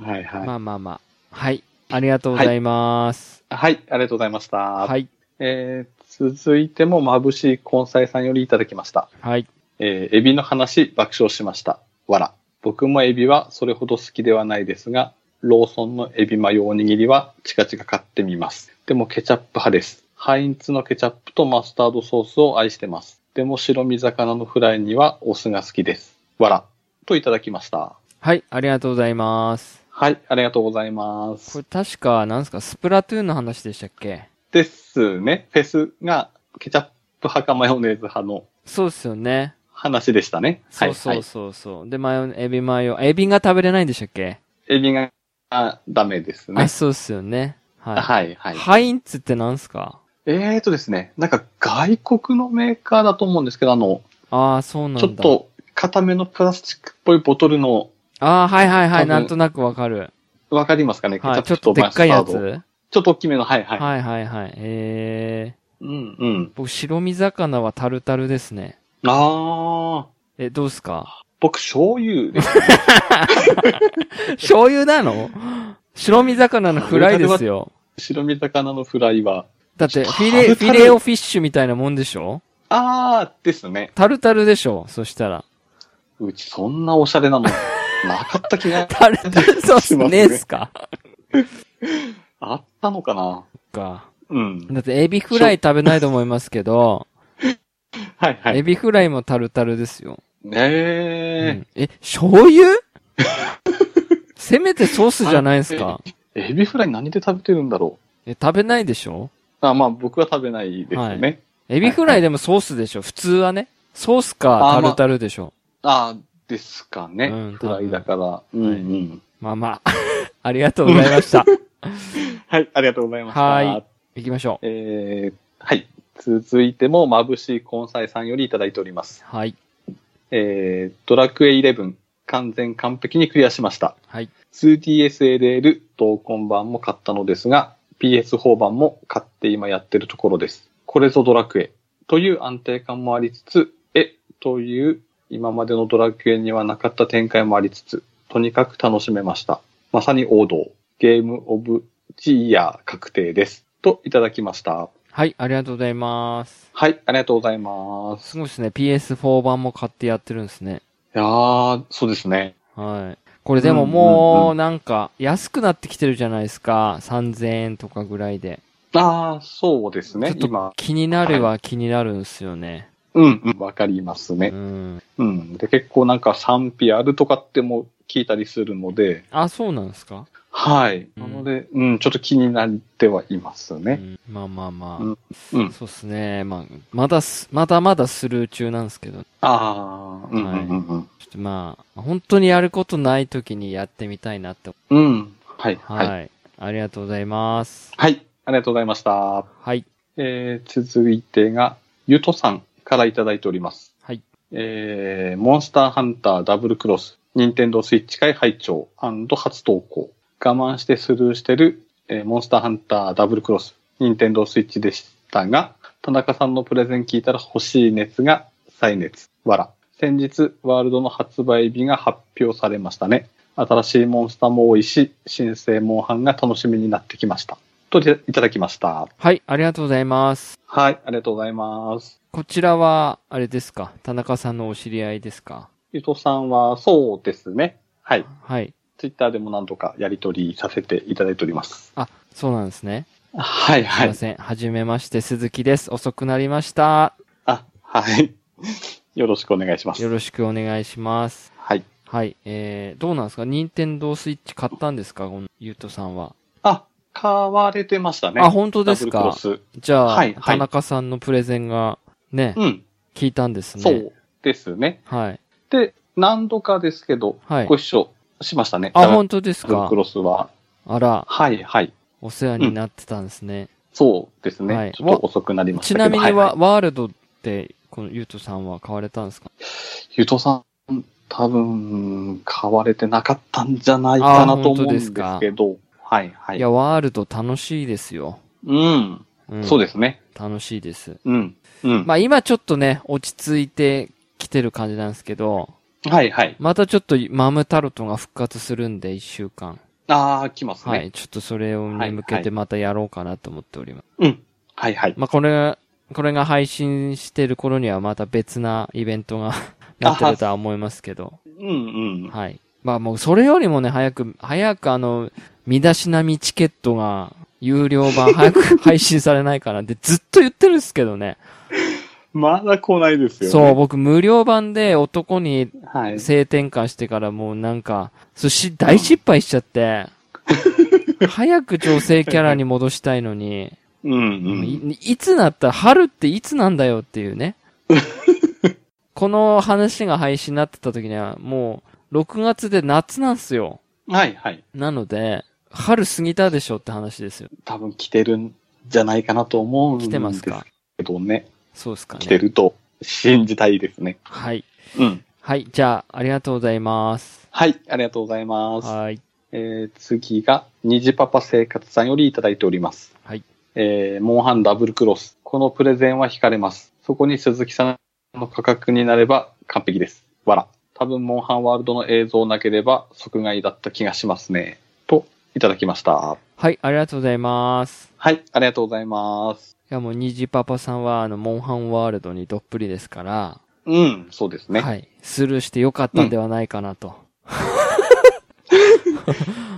[SPEAKER 2] はい、 はい、
[SPEAKER 1] まあまあまあ。はい。ありがとうございます。
[SPEAKER 2] はい、ありがとうございました。。
[SPEAKER 1] はいい。
[SPEAKER 2] えー、続いても、眩しい根菜さんよりいただきました。
[SPEAKER 1] はい。
[SPEAKER 2] えー、エビの話、爆笑しました。わら。僕もエビはそれほど好きではないですが、ローソンのエビマヨおにぎりはチカチカ買ってみます。でもケチャップ派です。ハインツのケチャップとマスタードソースを愛してます。でも白身魚のフライにはお酢が好きです。わら。といただきました。
[SPEAKER 1] はい。ありがとうございます。
[SPEAKER 2] はい、ありがとうございま
[SPEAKER 1] こ
[SPEAKER 2] す
[SPEAKER 1] れ。確か、なんすか、スプラトゥーンの話でしたっけ
[SPEAKER 2] ですね。フェスがケチャップ派かマヨネーズ派の
[SPEAKER 1] そうですよね。
[SPEAKER 2] 話でしたね。
[SPEAKER 1] そう
[SPEAKER 2] はい
[SPEAKER 1] そう
[SPEAKER 2] はい、
[SPEAKER 1] そうそう、で、マヨ、エビマヨ、エビが食べれないんでしたっけ、
[SPEAKER 2] エビがあダメですね
[SPEAKER 1] あ、。そうっすよね。はい。
[SPEAKER 2] はい、はい。
[SPEAKER 1] ハインツってなんすか
[SPEAKER 2] えーとですね、なんか外国のメーカーだと思うんですけど、あの、
[SPEAKER 1] ああ、そうなんだ。
[SPEAKER 2] ちょっ。と固めのプラスチックっぽいボトルの、
[SPEAKER 1] ああ、はいはいは
[SPEAKER 2] 多
[SPEAKER 1] い。
[SPEAKER 2] 分
[SPEAKER 1] なんとなくわかる。
[SPEAKER 2] わかりますかね、
[SPEAKER 1] はい。
[SPEAKER 2] ケ
[SPEAKER 1] ち
[SPEAKER 2] チ
[SPEAKER 1] ょ
[SPEAKER 2] ャ
[SPEAKER 1] っ
[SPEAKER 2] ップ
[SPEAKER 1] とで
[SPEAKER 2] マ
[SPEAKER 1] っ
[SPEAKER 2] スタ
[SPEAKER 1] か
[SPEAKER 2] ー
[SPEAKER 1] いや
[SPEAKER 2] ド
[SPEAKER 1] つ
[SPEAKER 2] ちょっと大きめの、はい、はい。
[SPEAKER 1] はいはいはい。えー。
[SPEAKER 2] うん、うん。
[SPEAKER 1] 僕、白身魚はタルタルですね。
[SPEAKER 2] あー、
[SPEAKER 1] え、どうっすか
[SPEAKER 2] 僕、醤油です。
[SPEAKER 1] 醤油な の白身魚のフライですよ。
[SPEAKER 2] 白身魚のフライは。
[SPEAKER 1] だって、フィ
[SPEAKER 2] タ
[SPEAKER 1] レ、
[SPEAKER 2] ル
[SPEAKER 1] フ
[SPEAKER 2] タル
[SPEAKER 1] ィレオフィッシュみたいなもんでしょ
[SPEAKER 2] あー、ですね。
[SPEAKER 1] タルタルでしょそしたら。
[SPEAKER 2] うち、そんなおしゃれ なの、なかった気が、
[SPEAKER 1] タルタルソースねえっすか
[SPEAKER 2] あったのかな
[SPEAKER 1] か。
[SPEAKER 2] うん。
[SPEAKER 1] だって、エビフライ食べないと思いますけど、
[SPEAKER 2] はい、は
[SPEAKER 1] エ
[SPEAKER 2] い。
[SPEAKER 1] ビフライもタルタルですよ。う
[SPEAKER 2] ね
[SPEAKER 1] んえ、醤油せめてソースじゃないですか
[SPEAKER 2] え、エビフライ何で食べてるんだろう。
[SPEAKER 1] え、食べないでしょ
[SPEAKER 2] あまあ、僕は食べないですよね。
[SPEAKER 1] エビフライでもソースでしょ普通はね。ソースか
[SPEAKER 2] あ
[SPEAKER 1] タ
[SPEAKER 2] ーまあ
[SPEAKER 1] ルタルでしょ
[SPEAKER 2] ああ、ですかね。
[SPEAKER 1] うん
[SPEAKER 2] フライだから。うんうん。
[SPEAKER 1] まあ まあ。ありがとうございま した。
[SPEAKER 2] はい、ありがとうございました。
[SPEAKER 1] はい行きましょう。
[SPEAKER 2] えーはい。続いても、眩しい根菜さんよりいただいております。
[SPEAKER 1] はい。
[SPEAKER 2] えー、ドラクエ11、完全完璧にクリアしました。
[SPEAKER 1] はい。
[SPEAKER 2] 2DSLL 同梱版も買ったのですが、PS4 版も買って今やってるところです。これぞドラクエという安定感もありつつ、えという今までのドラクエにはなかった展開もありつつ、とにかく楽しめました。まさに王道。ゲームオブジイヤー確定です。といただきました。
[SPEAKER 1] はい、ありがとうございます。
[SPEAKER 2] はい、ありがとうございます。
[SPEAKER 1] すごいですね。PS4 版も買ってやってるんですね。
[SPEAKER 2] いやー、そうですね。
[SPEAKER 1] はい。これでも
[SPEAKER 2] うんうん
[SPEAKER 1] も
[SPEAKER 2] う
[SPEAKER 1] う、なんか、安くなってきてるじゃないですか。3000円とかぐらいで。
[SPEAKER 2] あー、そうですね。
[SPEAKER 1] ちょっと
[SPEAKER 2] 今、
[SPEAKER 1] 気になるは気になるんですよね。
[SPEAKER 2] うん、うんわかりますね
[SPEAKER 1] う。ん。
[SPEAKER 2] うん。で、結構なんか賛否あるとかっても聞いたりするので、
[SPEAKER 1] あ、そうなんですか
[SPEAKER 2] はい。
[SPEAKER 1] うん
[SPEAKER 2] なので、うん、ちょっと気になってはいます
[SPEAKER 1] う
[SPEAKER 2] ね。
[SPEAKER 1] ん、まあまあま
[SPEAKER 2] うん
[SPEAKER 1] あ。
[SPEAKER 2] うん。
[SPEAKER 1] そうっすね。まあ、まだす、まだまだスルー中なんですけど。ちょ
[SPEAKER 2] ああ、うんうんうんうん。
[SPEAKER 1] っとまあ、本当にやることない時にやってみたいなって。
[SPEAKER 2] うん、はい。
[SPEAKER 1] はい。
[SPEAKER 2] はい。
[SPEAKER 1] ありがとうございます。
[SPEAKER 2] はい。ありがとうございました。
[SPEAKER 1] はい。
[SPEAKER 2] えー続いてが、ゆとさんからいただいております。
[SPEAKER 1] はい。
[SPEAKER 2] えーモンスターハンターダブルクロス、ニンテンドースイッチ会拝聴初投稿。我慢してスルーしてる、えーモンスターハンターダブルクロス、ニンテンドースイッチでしたが、田中さんのプレゼン聞いたら欲しい熱が再熱。わら。先日、ワールドの発売日が発表されましたね。新しいモンスターも多いし、新生モンハンが楽しみになってきました。といただきました。
[SPEAKER 1] はい。ありがとうございます。
[SPEAKER 2] はい、ありがとうございます。
[SPEAKER 1] こちらは、あれですか田中さんのお知り合いですか
[SPEAKER 2] 伊藤さんは、そうですね。はい。
[SPEAKER 1] はい。
[SPEAKER 2] ツイッターでも何度かやり取りさせていただいております。
[SPEAKER 1] あ、そうなんですね。
[SPEAKER 2] はい、
[SPEAKER 1] す
[SPEAKER 2] はい
[SPEAKER 1] ま
[SPEAKER 2] い。
[SPEAKER 1] せん。はじめまして、鈴木です。遅くなりました。
[SPEAKER 2] あ、はい。よろしくお願いします
[SPEAKER 1] よ。ろしくお願いします。
[SPEAKER 2] はい。
[SPEAKER 1] はい。えー、どうなんですか任天堂スイッチ買ったんですかこのゆうとさんは。
[SPEAKER 2] あ、買われてましたね。
[SPEAKER 1] あ、本当です
[SPEAKER 2] ダブル
[SPEAKER 1] か
[SPEAKER 2] クロス。
[SPEAKER 1] じゃあ、
[SPEAKER 2] はいはい
[SPEAKER 1] 田中さんのプレゼンが、ね、
[SPEAKER 2] うん、
[SPEAKER 1] 聞いたんですね。
[SPEAKER 2] そうですね。
[SPEAKER 1] はい。
[SPEAKER 2] で、何度かですけど、
[SPEAKER 1] はい
[SPEAKER 2] ご。一緒しましたね。
[SPEAKER 1] あ、
[SPEAKER 2] ダブル
[SPEAKER 1] 本当です
[SPEAKER 2] ダブル
[SPEAKER 1] か
[SPEAKER 2] クロスは。
[SPEAKER 1] あら、
[SPEAKER 2] はい、はい。
[SPEAKER 1] お世話になってたんですね。
[SPEAKER 2] そうですね。
[SPEAKER 1] はい
[SPEAKER 2] ちょっと遅くなりまし
[SPEAKER 1] ち
[SPEAKER 2] たけど。
[SPEAKER 1] なみには、
[SPEAKER 2] いい
[SPEAKER 1] ワールドって、このゆうとさんは買われたんですか
[SPEAKER 2] ゆとさん、多分、買われてなかったんじゃないかな
[SPEAKER 1] あー
[SPEAKER 2] と思うん
[SPEAKER 1] 本当
[SPEAKER 2] で
[SPEAKER 1] です
[SPEAKER 2] すけ
[SPEAKER 1] か
[SPEAKER 2] ど。はい、はいい。
[SPEAKER 1] や、ワールド楽しいですよ。
[SPEAKER 2] うん、
[SPEAKER 1] うん、
[SPEAKER 2] そうですね。
[SPEAKER 1] す。楽しいです。
[SPEAKER 2] うん。 うん。
[SPEAKER 1] まあ今ちょっとね、落ち着いてきてる感じなんですけど、
[SPEAKER 2] はい、はい。
[SPEAKER 1] またちょっとマムタルトが復活するんで、一週間。
[SPEAKER 2] あー、来ますね。
[SPEAKER 1] はい。ちょっとそれをに向けてまたやろうかなと思っております。
[SPEAKER 2] うん。はい、はい。
[SPEAKER 1] まあこれが、これが配信してる頃にはまた別なイベントが やってるとは思いますけど。
[SPEAKER 2] うん、うん。
[SPEAKER 1] はい。まあもうそれよりもね、早く、早くあの、身だしなみチケットが、有料版早く 配信されないかなってずっと言ってるんですけどね。
[SPEAKER 2] まだ来ないですよ、ね。
[SPEAKER 1] そう、僕無料版で男に
[SPEAKER 2] う。はい。
[SPEAKER 1] 性転換してからもうなんか、寿司大失敗しちゃ って、早く女性キャラに戻したいのに、
[SPEAKER 2] うん、うん。
[SPEAKER 1] いいつなったら、春っていつなんだよっていう ね。この話が配信になってた時には、もう、6月で夏なんすよ。
[SPEAKER 2] はい、はい。
[SPEAKER 1] なので、春過ぎたでしょって話ですよ。
[SPEAKER 2] 多分来てるんじゃないかなと思うんです
[SPEAKER 1] 来てますか
[SPEAKER 2] けどね。
[SPEAKER 1] そうですか
[SPEAKER 2] 来て
[SPEAKER 1] ね。
[SPEAKER 2] ると信じたいですね。
[SPEAKER 1] はい。
[SPEAKER 2] うん。
[SPEAKER 1] はい、じゃあ、ありがとうございます。
[SPEAKER 2] はい、ありがとうございます。
[SPEAKER 1] はい。
[SPEAKER 2] えー次が、虹パパ生活さんよりいただいております。
[SPEAKER 1] はい。
[SPEAKER 2] えーモンハンダブルクロス。このプレゼンは惹かれます。そこに鈴木さんの価格になれば完璧です。わら。多分、モンハンワールドの映像なければ即買いだった気がしますね。と、いただきました。
[SPEAKER 1] はい、ありがとうございます。
[SPEAKER 2] はい、ありがとうございます。
[SPEAKER 1] いや、もう、虹パパさんは、あの、モンハンワールドにどっぷりですから、
[SPEAKER 2] うん、そうですね。
[SPEAKER 1] はい。スルーしてよかったんではないかなと。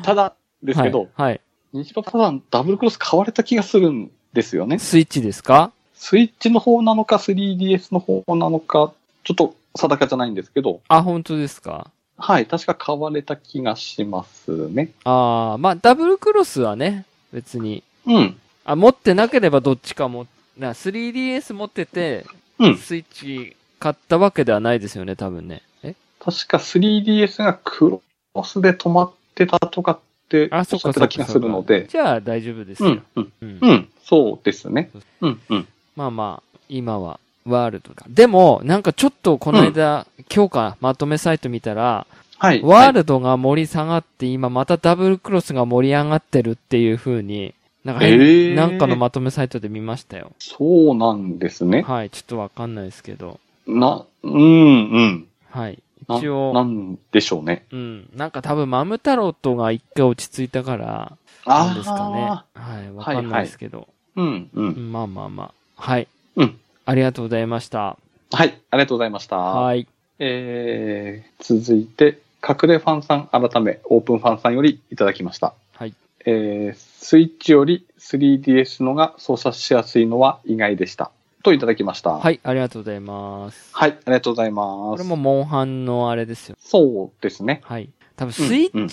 [SPEAKER 2] ただ、ですけど、
[SPEAKER 1] はい。はい。
[SPEAKER 2] 虹パパさんダブルクロス買われた気がするんですよね。
[SPEAKER 1] スイッチですか
[SPEAKER 2] スイッチの方なのか 3DS の方なのか、ちょっと定かじゃないんですけど、
[SPEAKER 1] あ、本当ですか
[SPEAKER 2] はい、確か買われた気がしますね。
[SPEAKER 1] ああ、まあ、ダブルクロスはね、別に。
[SPEAKER 2] うん。
[SPEAKER 1] あ、持ってなければどっちかも、な、3DS 持ってて、
[SPEAKER 2] うん
[SPEAKER 1] スイッチ買ったわけではないですよね、多分ね。え
[SPEAKER 2] 確か 3DS がクロスで止まってたとかって、
[SPEAKER 1] あ、そっかそ
[SPEAKER 2] おっしゃて
[SPEAKER 1] ったか。
[SPEAKER 2] 気がするので。
[SPEAKER 1] じゃあ大丈夫です
[SPEAKER 2] う
[SPEAKER 1] よ
[SPEAKER 2] ん。、うん、
[SPEAKER 1] うん
[SPEAKER 2] うん、そうですね。うん、うん。
[SPEAKER 1] まあまあ、今は、ワールドか。でも、なんかちょっとこの間、今日か、まとめサイト見たら、
[SPEAKER 2] はい。
[SPEAKER 1] ワー
[SPEAKER 2] ド
[SPEAKER 1] ルドが盛り下がって、今またダブルクロスが盛り上がってるっていう風に、なんか変、
[SPEAKER 2] えー
[SPEAKER 1] なんかのまとめサイトで見ましたよ。
[SPEAKER 2] そうなんですね。
[SPEAKER 1] はい、ちょっとわかんないですけど。
[SPEAKER 2] な、うん、うん。
[SPEAKER 1] はい。
[SPEAKER 2] な
[SPEAKER 1] 一
[SPEAKER 2] な
[SPEAKER 1] 応、
[SPEAKER 2] んでしょうね。
[SPEAKER 1] うん。なんか多分、マム太郎とが一回落ち着いたから、なんですかね。
[SPEAKER 2] あ
[SPEAKER 1] はい、わかんないですけど。
[SPEAKER 2] ーうん、うん。
[SPEAKER 1] まあまあまあ。はい。
[SPEAKER 2] うん。
[SPEAKER 1] ありがとうございました。
[SPEAKER 2] はい、ありがとうございました。
[SPEAKER 1] はい。
[SPEAKER 2] えー、続いて、隠れファンさん改め、オープンファンさんよりいただきました。
[SPEAKER 1] はい。
[SPEAKER 2] えー、スイッチより 3DS のが操作しやすいのは意外でした。といただきました。。
[SPEAKER 1] はいい、ありがとうございます。
[SPEAKER 2] はい、ありがとうござい
[SPEAKER 1] こ
[SPEAKER 2] ます。
[SPEAKER 1] れもモンハンのあれですよ。
[SPEAKER 2] そうですね。
[SPEAKER 1] はい。多分、スイッ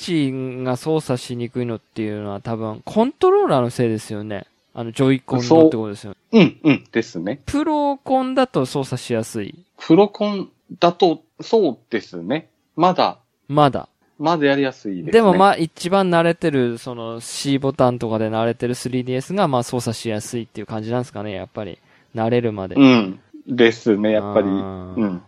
[SPEAKER 1] チが操作しにくいのっていうのは多分、コントローラーのせいですよね。あの、ジョイコンのってことですよね。
[SPEAKER 2] うん、うん、ですね。
[SPEAKER 1] プロコンだと操作しやすい。
[SPEAKER 2] プロコンだと、そうですね。まだ、
[SPEAKER 1] まだ。
[SPEAKER 2] まだやりやすいです、ね。
[SPEAKER 1] でもまあ一番慣れてる、その C ボタンとかで慣れてる 3DS がまあ操作しやすいっていう感じなんですかね、やっぱり。慣れるまで。
[SPEAKER 2] うん。ですね、やっぱり。
[SPEAKER 1] あ
[SPEAKER 2] う
[SPEAKER 1] ー
[SPEAKER 2] ん。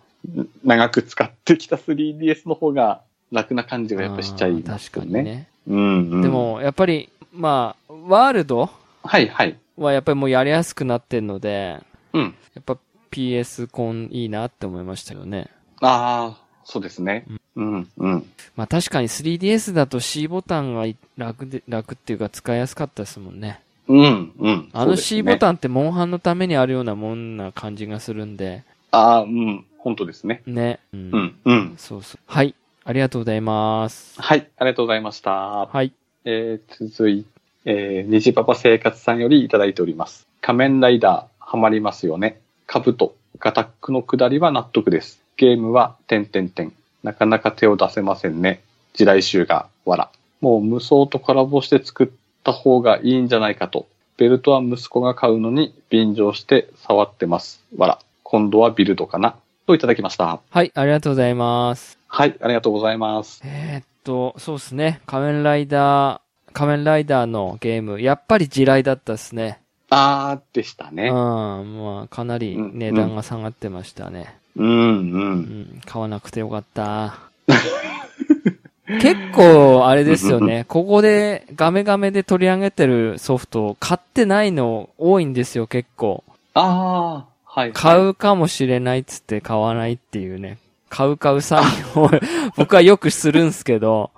[SPEAKER 2] 長く使ってきた 3DS の方が楽な感じがやっぱしちゃいます
[SPEAKER 1] あー確かに。ね。
[SPEAKER 2] うん、うん。
[SPEAKER 1] で、もやっぱり、まあ、ワールド
[SPEAKER 2] はいはい。
[SPEAKER 1] はやっぱりもうやりやすくなってるので、
[SPEAKER 2] うん。
[SPEAKER 1] やっぱ PS コンいいなって思いましたよね。
[SPEAKER 2] ああ、そうですね。うん、うん。
[SPEAKER 1] まあ確かに 3DS だと C ボタンが楽で、楽っていうか使いやすかったですもんね。
[SPEAKER 2] うん、うん。
[SPEAKER 1] あの C ボ
[SPEAKER 2] ン。
[SPEAKER 1] タンってモンハンのためにあるようなもんな感じがするんで、
[SPEAKER 2] ああ、うん。本当ですね。
[SPEAKER 1] ね。う。
[SPEAKER 2] うんん、うん。
[SPEAKER 1] そうそう。はい。ありがとうございます。
[SPEAKER 2] はい、ありがとうございました。
[SPEAKER 1] はい。
[SPEAKER 2] えー続いて、えー、虹パパ生活さんよりいただいております。仮面ライダー、ハマりますよね。兜、ガタックの下りは納得です。ゲームは、点点点。なかなか手を出せませんね。地雷集が、わら。もう無双とコラボして作った方がいいんじゃないかと。ベルトは息子が買うのに便乗して触ってます。わら。今度はビルドかな。といただきました。
[SPEAKER 1] はい。ありがとうございます。
[SPEAKER 2] はい、ありがとうございます。
[SPEAKER 1] えーっと、そうですね。仮面ライダー、仮面ライダーのゲーム、やっぱり地雷だったですね。
[SPEAKER 2] あーでした
[SPEAKER 1] うん。
[SPEAKER 2] ね。
[SPEAKER 1] まあ、かなり
[SPEAKER 2] うん
[SPEAKER 1] 値段が下がってましたね。
[SPEAKER 2] うん、うん
[SPEAKER 1] う。ん、買わなくてよか った。結構、あれですよね。ここで、ガメガメで取り上げてるソフト、買ってないの多いんですよ、結構。
[SPEAKER 2] ああ、はい。
[SPEAKER 1] 買
[SPEAKER 2] う。
[SPEAKER 1] うかもしれないっつって買わないっていうね。買う買う詐欺を 僕はよくするんすけど、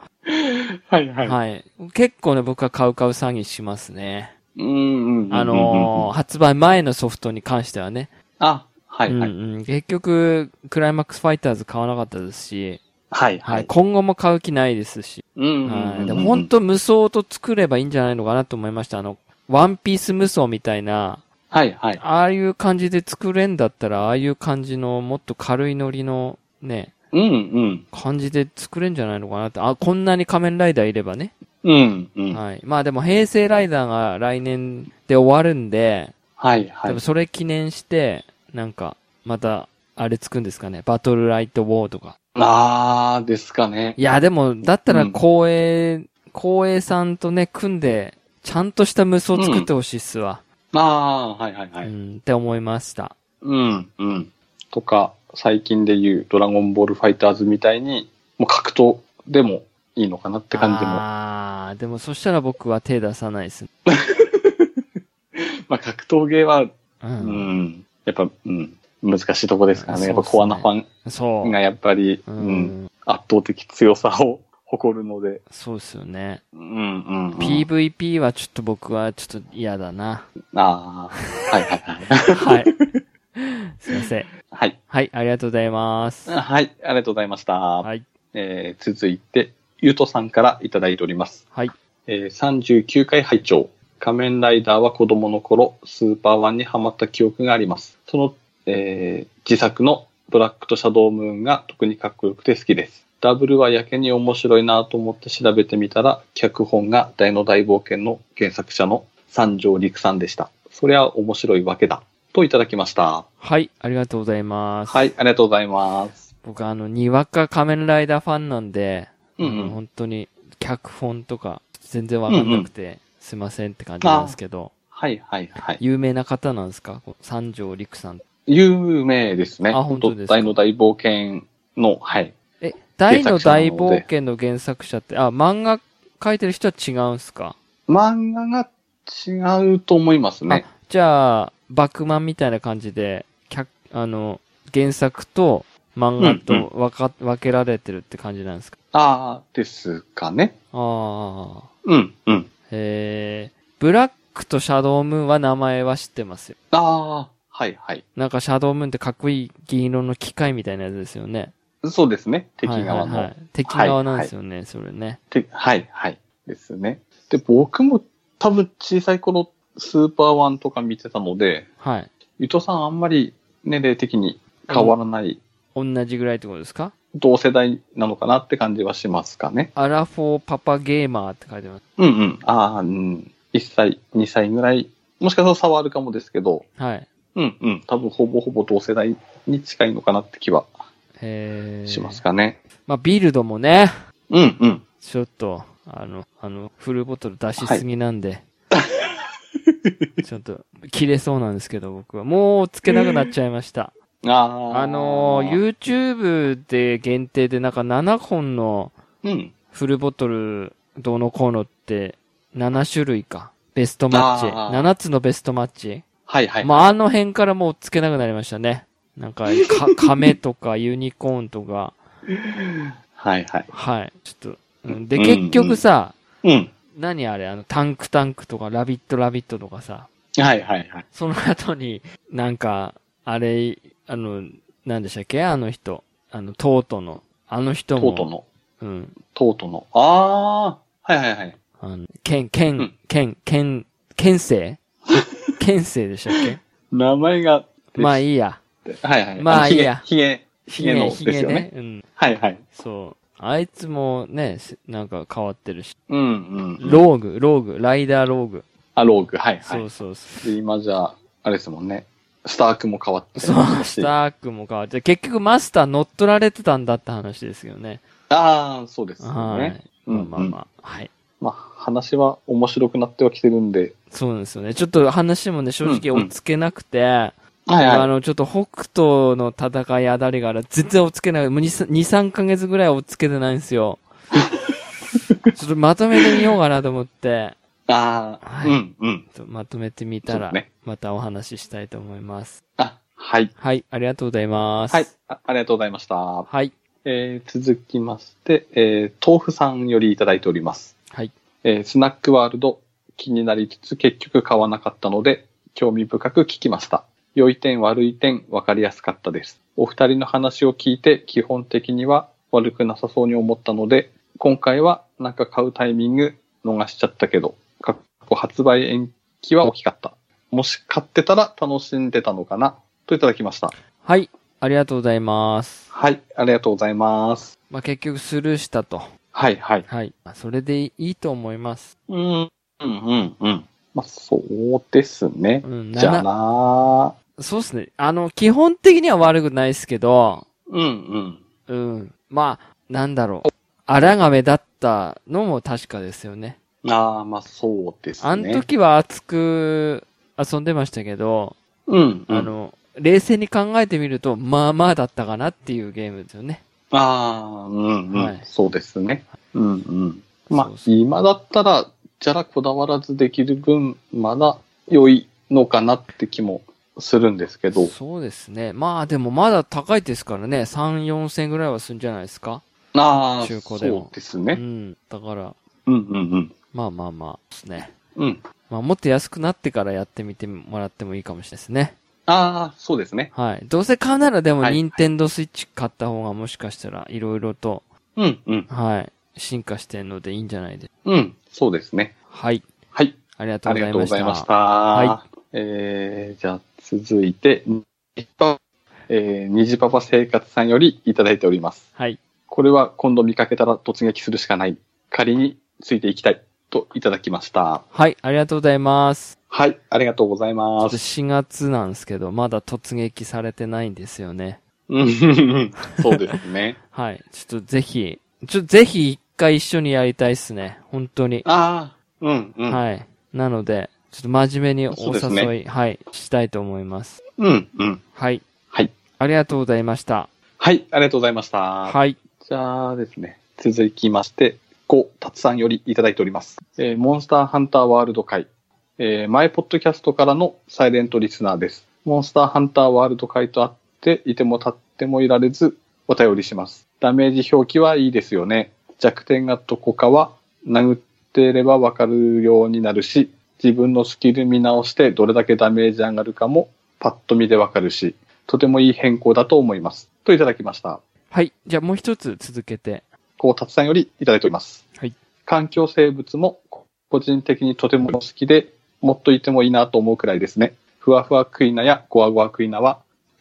[SPEAKER 2] はいはい。
[SPEAKER 1] はい。結構ね、僕は買う買う詐欺しますね。
[SPEAKER 2] うんうんうんうん。
[SPEAKER 1] あのー発売前のソフトに関してはね。
[SPEAKER 2] あ、はいはい。
[SPEAKER 1] うんうん、結局、クライマックスファイターズ買わなかったですし、
[SPEAKER 2] はい
[SPEAKER 1] は、
[SPEAKER 2] はいい。
[SPEAKER 1] 今後も買う気ないですし、
[SPEAKER 2] うん
[SPEAKER 1] はい。でも本当無双と作ればいいんじゃないのかなと思いました。あの、ワンピース無双みたいな、
[SPEAKER 2] はいはい。
[SPEAKER 1] ああいう感じで作れんだったら、ああいう感じのもっと軽いノリのね、
[SPEAKER 2] うんうん。
[SPEAKER 1] 感じで作れんじゃないのかなって。あ、こんなに仮面ライダーいればね。
[SPEAKER 2] うんうん。
[SPEAKER 1] はい。まあでも平成ライダーが来年で終わるんで、
[SPEAKER 2] はいは
[SPEAKER 1] で
[SPEAKER 2] い
[SPEAKER 1] も。それ記念して、なんか、また、あれつくんですかね。バトルライトウォーとか。
[SPEAKER 2] ああ、ですかね
[SPEAKER 1] い。や、でも、だったら
[SPEAKER 2] うん
[SPEAKER 1] 光栄、光栄さんとね、組んで、ちゃんとした無双作ってほしいっすわ。
[SPEAKER 2] ああー、はいはい
[SPEAKER 1] うん、
[SPEAKER 2] はい。
[SPEAKER 1] って思いました。
[SPEAKER 2] うんうん。とか、最近で言うドラゴンボールファイターズみたいに、もう格闘でもいいのかなって感じも。
[SPEAKER 1] あー、でもそしたら僕は手出さないですね。
[SPEAKER 2] まあ格闘芸は、
[SPEAKER 1] う。
[SPEAKER 2] うんん。やっぱ、うん。難しいとこですからね。やっぱコアなファ
[SPEAKER 1] そ
[SPEAKER 2] ンがやっぱり、
[SPEAKER 1] う。う
[SPEAKER 2] うん
[SPEAKER 1] ん。
[SPEAKER 2] 圧倒的強さを誇るので。
[SPEAKER 1] そうですよね。
[SPEAKER 2] うんうん、うん。
[SPEAKER 1] PVP はちょっと僕はちょっと嫌だ な。
[SPEAKER 2] ああ。はいはい
[SPEAKER 1] は
[SPEAKER 2] はい。
[SPEAKER 1] い。すいません。
[SPEAKER 2] はい。
[SPEAKER 1] はい、ありがとうございます。
[SPEAKER 2] はい。ありがとうございました。
[SPEAKER 1] はい。
[SPEAKER 2] えー続いて、ゆうとさんからいただいております。
[SPEAKER 1] はい。
[SPEAKER 2] えー39回拝聴仮面ライダーは子供の頃、スーパーワンにハマった記憶があります。その、えー自作のブラックとシャドームーンが特にかっこよくて好きです。ダブルはやけに面白いなと思って調べてみたら、脚本が大の大冒険の原作者の三条陸さんでした。そりゃ面白いわけだ。といただきました。
[SPEAKER 1] はい、ありがとうございます。
[SPEAKER 2] はい、ありがとうございます。
[SPEAKER 1] 僕あの、にわか仮面ライダーファンなんで、
[SPEAKER 2] うんう
[SPEAKER 1] あの
[SPEAKER 2] ん。
[SPEAKER 1] 本当に脚本とか全然わかんなくて、すいませんって感じなんですけど、
[SPEAKER 2] はい、はい、はい。
[SPEAKER 1] 有名な方なんですかこう三条陸さん。
[SPEAKER 2] 有名ですね。
[SPEAKER 1] あ本当ですか
[SPEAKER 2] 大の大冒険の、はい。
[SPEAKER 1] え、大の
[SPEAKER 2] 原作者なの
[SPEAKER 1] 大
[SPEAKER 2] で
[SPEAKER 1] 冒険の原作者って、あ、漫画書いてる人は違うんすか
[SPEAKER 2] 漫画が違うと思いますね。
[SPEAKER 1] じゃあ、バクマンみたいな感じで、脚、あの、原作と漫画と分か、分けられてるって感じなんですか
[SPEAKER 2] ああ、ですかね。
[SPEAKER 1] ああ。
[SPEAKER 2] うん、うん。
[SPEAKER 1] えー、ブラックとシャドームーンは名前は知ってますよ。
[SPEAKER 2] ああ、はい、はい。
[SPEAKER 1] なんかシャドームーンってかっこいい銀色の機械みたいなやつですよね。
[SPEAKER 2] そうですね。敵側
[SPEAKER 1] はいはいは
[SPEAKER 2] の
[SPEAKER 1] い。敵側なんですよね、それね。
[SPEAKER 2] てはい、はい。ですね。で、僕も多分小さい頃、スーパーワンとか見てたので、
[SPEAKER 1] はい。
[SPEAKER 2] ゆとさんあんまり年齢的に変わらない、
[SPEAKER 1] 同じぐらいってことですか
[SPEAKER 2] 同世代なのかなって感じはしますかね。
[SPEAKER 1] アラフォーパパゲーマーって書いてます。
[SPEAKER 2] うんうん。ああ、うん。1歳、2歳ぐらい。もしかしたら差はあるかもですけど、
[SPEAKER 1] はい。
[SPEAKER 2] うんうん。多分ほぼほぼ同世代に近いのかなって気は
[SPEAKER 1] えー、
[SPEAKER 2] しますかね。
[SPEAKER 1] まあ、ビルドもね。
[SPEAKER 2] うんうん。
[SPEAKER 1] ちょっと、あの、あの、フルボトル出しすぎなんで。 ちょっと、切れそうなんですけど、僕は。もう、つけなくなっちゃいました。
[SPEAKER 2] あー
[SPEAKER 1] あのー、YouTube で限定で、なんか7本の
[SPEAKER 2] うん。
[SPEAKER 1] フルボトル、どうのこうのって、7種類か。ベストマッチ。
[SPEAKER 2] あー
[SPEAKER 1] 7つのベストマッチ。
[SPEAKER 2] はいはい。
[SPEAKER 1] まあ、あの辺からもうつけなくなりましたね。なんか、 か、亀とかユニコーンとか、
[SPEAKER 2] はいはい。
[SPEAKER 1] はい。ちょっと、うん、で、
[SPEAKER 2] うん
[SPEAKER 1] 結局さ、
[SPEAKER 2] うん。
[SPEAKER 1] 何あれ、あの、タンクタンクとか、ラビットラビットとかさ、
[SPEAKER 2] はいはいはい。
[SPEAKER 1] その後に、なんか、あれ、あの、なんでしたっけあの人。あの、トートの。あの
[SPEAKER 2] ト
[SPEAKER 1] 人も。
[SPEAKER 2] ートの。
[SPEAKER 1] うん。
[SPEAKER 2] トートの。ああ。はいはいはい。
[SPEAKER 1] あの、ケン、ケ
[SPEAKER 2] う
[SPEAKER 1] ン
[SPEAKER 2] ん、
[SPEAKER 1] ケン、ケン、ケンセイ ケンセイでしたっけ
[SPEAKER 2] 名前が。
[SPEAKER 1] まあ
[SPEAKER 2] い
[SPEAKER 1] いいや。
[SPEAKER 2] い。はいはい。
[SPEAKER 1] まあいいや
[SPEAKER 2] ひげ、ひげので
[SPEAKER 1] ひ
[SPEAKER 2] す
[SPEAKER 1] げ
[SPEAKER 2] よ
[SPEAKER 1] ね
[SPEAKER 2] ね。。
[SPEAKER 1] うん。
[SPEAKER 2] はいはい。
[SPEAKER 1] そう。あいつもね、せなんか変わってるし。
[SPEAKER 2] うんうん。
[SPEAKER 1] ローグ、ローグ、ライダーローグ。
[SPEAKER 2] あ、ローグ。はいは
[SPEAKER 1] そ。
[SPEAKER 2] いう
[SPEAKER 1] そうそう。
[SPEAKER 2] で今じゃあ、あれですもんね。スタークも変わって
[SPEAKER 1] そう、ス
[SPEAKER 2] ー。
[SPEAKER 1] タークも変わって、結局マスター乗っ取られてたんだって話ですよね。
[SPEAKER 2] ああ、そうですよ
[SPEAKER 1] は
[SPEAKER 2] ね。
[SPEAKER 1] い。
[SPEAKER 2] うん
[SPEAKER 1] まあ
[SPEAKER 2] うん
[SPEAKER 1] まあまあ。はい。
[SPEAKER 2] まあ、話は面白くなってはきてるんで。
[SPEAKER 1] そうなんですよね。ちょっと話もね、正直
[SPEAKER 2] うんう
[SPEAKER 1] 追
[SPEAKER 2] ん
[SPEAKER 1] っつけなくて、
[SPEAKER 2] はい
[SPEAKER 1] あ
[SPEAKER 2] はい。
[SPEAKER 1] の、ちょっと北斗の戦いあたりから全然追っつけない。もう2、3ヶ月ぐらい追っつけてないんです よ。ちょっとまとめてみようかなと思って、
[SPEAKER 2] ああ、
[SPEAKER 1] はい
[SPEAKER 2] うんうん。
[SPEAKER 1] ちょっとまとめてみたら
[SPEAKER 2] そうね、
[SPEAKER 1] またお話ししたいと思います。
[SPEAKER 2] あ、はい。
[SPEAKER 1] はい、ありがとうございます。
[SPEAKER 2] はい。あありがとうございました。
[SPEAKER 1] はい。
[SPEAKER 2] えー続きまして、えー豆腐さんよりいただいております。
[SPEAKER 1] はい。
[SPEAKER 2] えースナックワールド気になりつつ結局買わなかったので興味深く聞きました。良い点悪い点分かりやすかったです。お二人の話を聞いて基本的には悪くなさそうに思ったので今回はなんか買うタイミング逃しちゃったけど、かっこ発売延期は大きかった。もし買ってたら楽しんでたのかなといただきました。
[SPEAKER 1] はい、ありがとうございます。
[SPEAKER 2] はい、ありがとうございます。
[SPEAKER 1] まあ、結局スルーしたと。
[SPEAKER 2] はい、はい。
[SPEAKER 1] はい。まあそれでいいと思います。
[SPEAKER 2] うん、うん、うん、うん。まあ、そうですね
[SPEAKER 1] う。ん、
[SPEAKER 2] じゃあ
[SPEAKER 1] な
[SPEAKER 2] な
[SPEAKER 1] そうですね。あの、基本的には悪くないですけど、
[SPEAKER 2] うん、うん。
[SPEAKER 1] うん。まあ、なんだろう。あらが目立ったのも確かですよね。
[SPEAKER 2] ああ、まあそうですね。
[SPEAKER 1] あの時は熱く遊んでましたけど、
[SPEAKER 2] うん、うん、
[SPEAKER 1] あ
[SPEAKER 2] あ
[SPEAKER 1] の、冷静に考えてみると、まあまあだったかなっていうゲームですよね。
[SPEAKER 2] あー、うん、うん、
[SPEAKER 1] はい
[SPEAKER 2] そうですね。うん、うん。まあ、
[SPEAKER 1] そうそう
[SPEAKER 2] 今だったら、じゃらこだわらずできる分、まだ良いのかなって気もするんですけど。
[SPEAKER 1] そうですね。まあでもまだ高いですからね。3、4千ぐらいはするんじゃないですか。
[SPEAKER 2] ああ、
[SPEAKER 1] 中古でも
[SPEAKER 2] そうです
[SPEAKER 1] う
[SPEAKER 2] ね。
[SPEAKER 1] ん。だから、
[SPEAKER 2] うん、うん、うん。
[SPEAKER 1] まあまあまあですね。
[SPEAKER 2] うん。
[SPEAKER 1] まあもっと安くなってからやってみてもらってもいいかもしれないですね。
[SPEAKER 2] ああ、そうですね。
[SPEAKER 1] はい。どうせ買うならでも、
[SPEAKER 2] はい
[SPEAKER 1] 任天堂スイッチ買った方がもしかしたら、いろいろと、
[SPEAKER 2] うん、うん、
[SPEAKER 1] はい。進化してるのでいいんじゃないですか。
[SPEAKER 2] うん。そうですね。
[SPEAKER 1] はい。
[SPEAKER 2] はい。
[SPEAKER 1] ありがとう
[SPEAKER 2] あ
[SPEAKER 1] ござ
[SPEAKER 2] りが
[SPEAKER 1] い
[SPEAKER 2] と
[SPEAKER 1] ました。
[SPEAKER 2] うございました。
[SPEAKER 1] は
[SPEAKER 2] えー、じゃあ続いて、虹パえー、虹パパ生活さんよりいただいております。
[SPEAKER 1] はい。
[SPEAKER 2] これは今度見かけたら突撃するしかない。仮についていきたいといただきました。
[SPEAKER 1] はい。ありがとうございます。
[SPEAKER 2] はい、ありがとうござい
[SPEAKER 1] ちょっ
[SPEAKER 2] ま
[SPEAKER 1] と
[SPEAKER 2] す。
[SPEAKER 1] 4月なんですけど、まだ突撃されてないんですよね。
[SPEAKER 2] うんうんうんそうですね。
[SPEAKER 1] はい。ちょっとぜひ、ちょっとぜひ一回一緒にやりたいっすね。本当に。
[SPEAKER 2] ああ、うん、うん、
[SPEAKER 1] はい。なので、ちょっと真面目にお
[SPEAKER 2] そう
[SPEAKER 1] 誘
[SPEAKER 2] で
[SPEAKER 1] い、はい、したいと思います。
[SPEAKER 2] うん、うん。
[SPEAKER 1] はい。
[SPEAKER 2] はい。
[SPEAKER 1] ありがとうございました。
[SPEAKER 2] はい、ありがとうございました。
[SPEAKER 1] はい。
[SPEAKER 2] じゃあですね、続きまして、ごたつさんよりいただいております。えーモンスターハンターワールド会。えー前ポッドキャストからのサイレントリスナーです。モンスターハンターワールド会とあって、いても立ってもいられず、お便りします。ダメージ表記はいいですよね。弱点がどこかは、殴っていればわかるようになるし、自分のスキル見直してどれだけダメージ上がるかも、パッと見でわかるし、とてもいい変更だと思います。といただきました。
[SPEAKER 1] はい。じゃあもう一つ続けて。
[SPEAKER 2] こう、たくさんよりいただいております。
[SPEAKER 1] はい
[SPEAKER 2] 環境生物も個人的にとても好きで、もっといてもいいなと思うくらいですね。ふわふわクイナやゴワゴワクイナは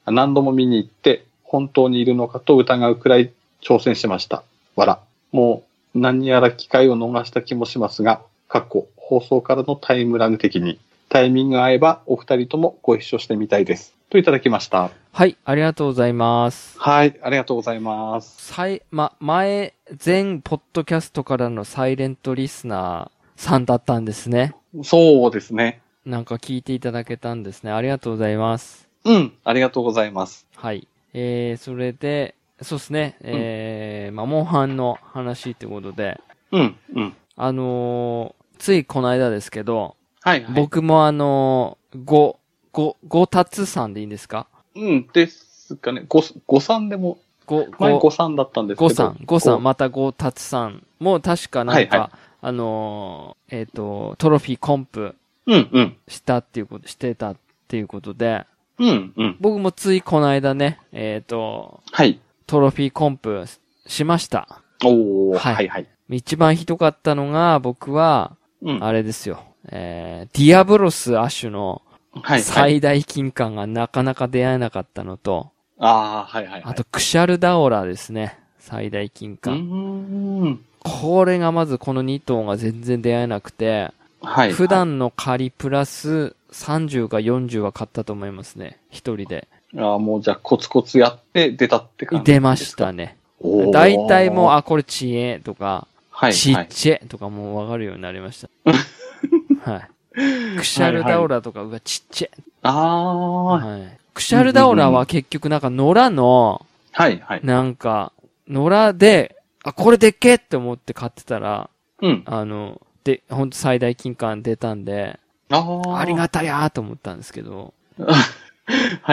[SPEAKER 2] 何度も見に行って本当にいるのかと疑うくらい挑戦しました。わら。もう何やら機会を逃した気もしますが、かっこ放送からのタイムラグ的にタイミングが合えばお二人ともご一緒してみたいです。といただきました。
[SPEAKER 1] はい、ありがとうございます。
[SPEAKER 2] はい、ありがとうございます。
[SPEAKER 1] 最、ま、前、全ポッドキャストからのサイレントリスナーさんだったんですね。
[SPEAKER 2] そうですね。
[SPEAKER 1] なんか聞いていただけたんですね。ありがとうございます。
[SPEAKER 2] うん、ありがとうございます。
[SPEAKER 1] はい。えー、それで、そうですね、えー、まあ、モンハンの話ってことで、
[SPEAKER 2] うん、うん。
[SPEAKER 1] あのーついこの間ですけど、
[SPEAKER 2] はい、はい。
[SPEAKER 1] 僕もあのー、ご、ご、ごたつさんでいいんですか
[SPEAKER 2] うん、ですかね。ご、ごさんでも、
[SPEAKER 1] ご、
[SPEAKER 2] 前
[SPEAKER 1] ご
[SPEAKER 2] ご、さんだったんですけど。
[SPEAKER 1] ごさん、ごさん、
[SPEAKER 2] ま、
[SPEAKER 1] またごたつさんも確かなんか、
[SPEAKER 2] はいは
[SPEAKER 1] あのー、えっ、と、トロフィーコンプ
[SPEAKER 2] うん、うん。
[SPEAKER 1] したっていうこと、してたっていうことで、
[SPEAKER 2] うん、うん。
[SPEAKER 1] 僕もついこの間ね、えっ、と、
[SPEAKER 2] はい。
[SPEAKER 1] トロフィーコンプしました。
[SPEAKER 2] おー、
[SPEAKER 1] はい
[SPEAKER 2] はい、はい。
[SPEAKER 1] 一番ひどかったのが、僕は、
[SPEAKER 2] うん。
[SPEAKER 1] あれですよ、えー、ディアブロスアッシュの
[SPEAKER 2] はい、はい。
[SPEAKER 1] 最大金感がなかなか出会えなかったのと、
[SPEAKER 2] あー、はい、はい。はい
[SPEAKER 1] あと、、クシャルダオラですね。最大金
[SPEAKER 2] うー
[SPEAKER 1] 感。
[SPEAKER 2] ん。
[SPEAKER 1] これがまずこの2頭が全然出会えなくて、
[SPEAKER 2] はい。
[SPEAKER 1] 普段の仮プラス30か40は買ったと思いますね。一人で。
[SPEAKER 2] ああ、もうじゃあコツコツやって出たって感じ。
[SPEAKER 1] 出ましたね。
[SPEAKER 2] おー。
[SPEAKER 1] 大体もう、あ、これちえとか、
[SPEAKER 2] はい、
[SPEAKER 1] ち
[SPEAKER 2] は
[SPEAKER 1] っ
[SPEAKER 2] い。
[SPEAKER 1] ちゃとかもうわかるようになりま した。はい。クシャルダオラとか、うわ、ちっちゃ
[SPEAKER 2] ああ、
[SPEAKER 1] はい。クシャルダオラは結局なんか野良の、
[SPEAKER 2] はい、はい。
[SPEAKER 1] なんか、野良で、あ、これでっけって思って買ってたら、
[SPEAKER 2] うん。
[SPEAKER 1] あの、で、ほんと最大金感出たんで、
[SPEAKER 2] ああ。
[SPEAKER 1] ありがたやーと思ったんですけど、
[SPEAKER 2] は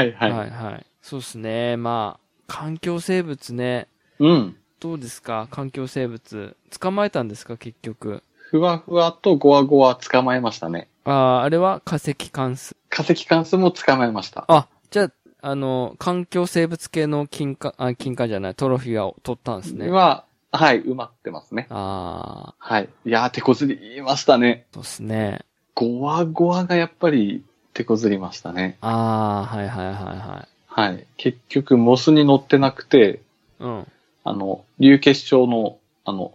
[SPEAKER 2] い、
[SPEAKER 1] はい、
[SPEAKER 2] は。
[SPEAKER 1] はいいそうですね。まあ、環境生物ね、
[SPEAKER 2] うん。
[SPEAKER 1] どうですか環境生物。捕まえたんですか結局。
[SPEAKER 2] ふわふわとゴワゴワ捕まえましたね。
[SPEAKER 1] ああ、あれは化石関数。
[SPEAKER 2] 化石関数も捕まえました。
[SPEAKER 1] あ、じゃあ、あの、環境生物系の金貨、あ、金貨じゃない、トロフィーを取ったんですね。
[SPEAKER 2] は、はい、埋まってますね。
[SPEAKER 1] ああ、
[SPEAKER 2] はい。いやー、手こずりましたね。
[SPEAKER 1] そうですね。
[SPEAKER 2] ゴワゴワがやっぱり手こずりましたね。
[SPEAKER 1] ああ、はいはいはいはい。
[SPEAKER 2] はい。結局、モスに乗ってなくて、
[SPEAKER 1] うん。
[SPEAKER 2] あの、流結晶の、あの、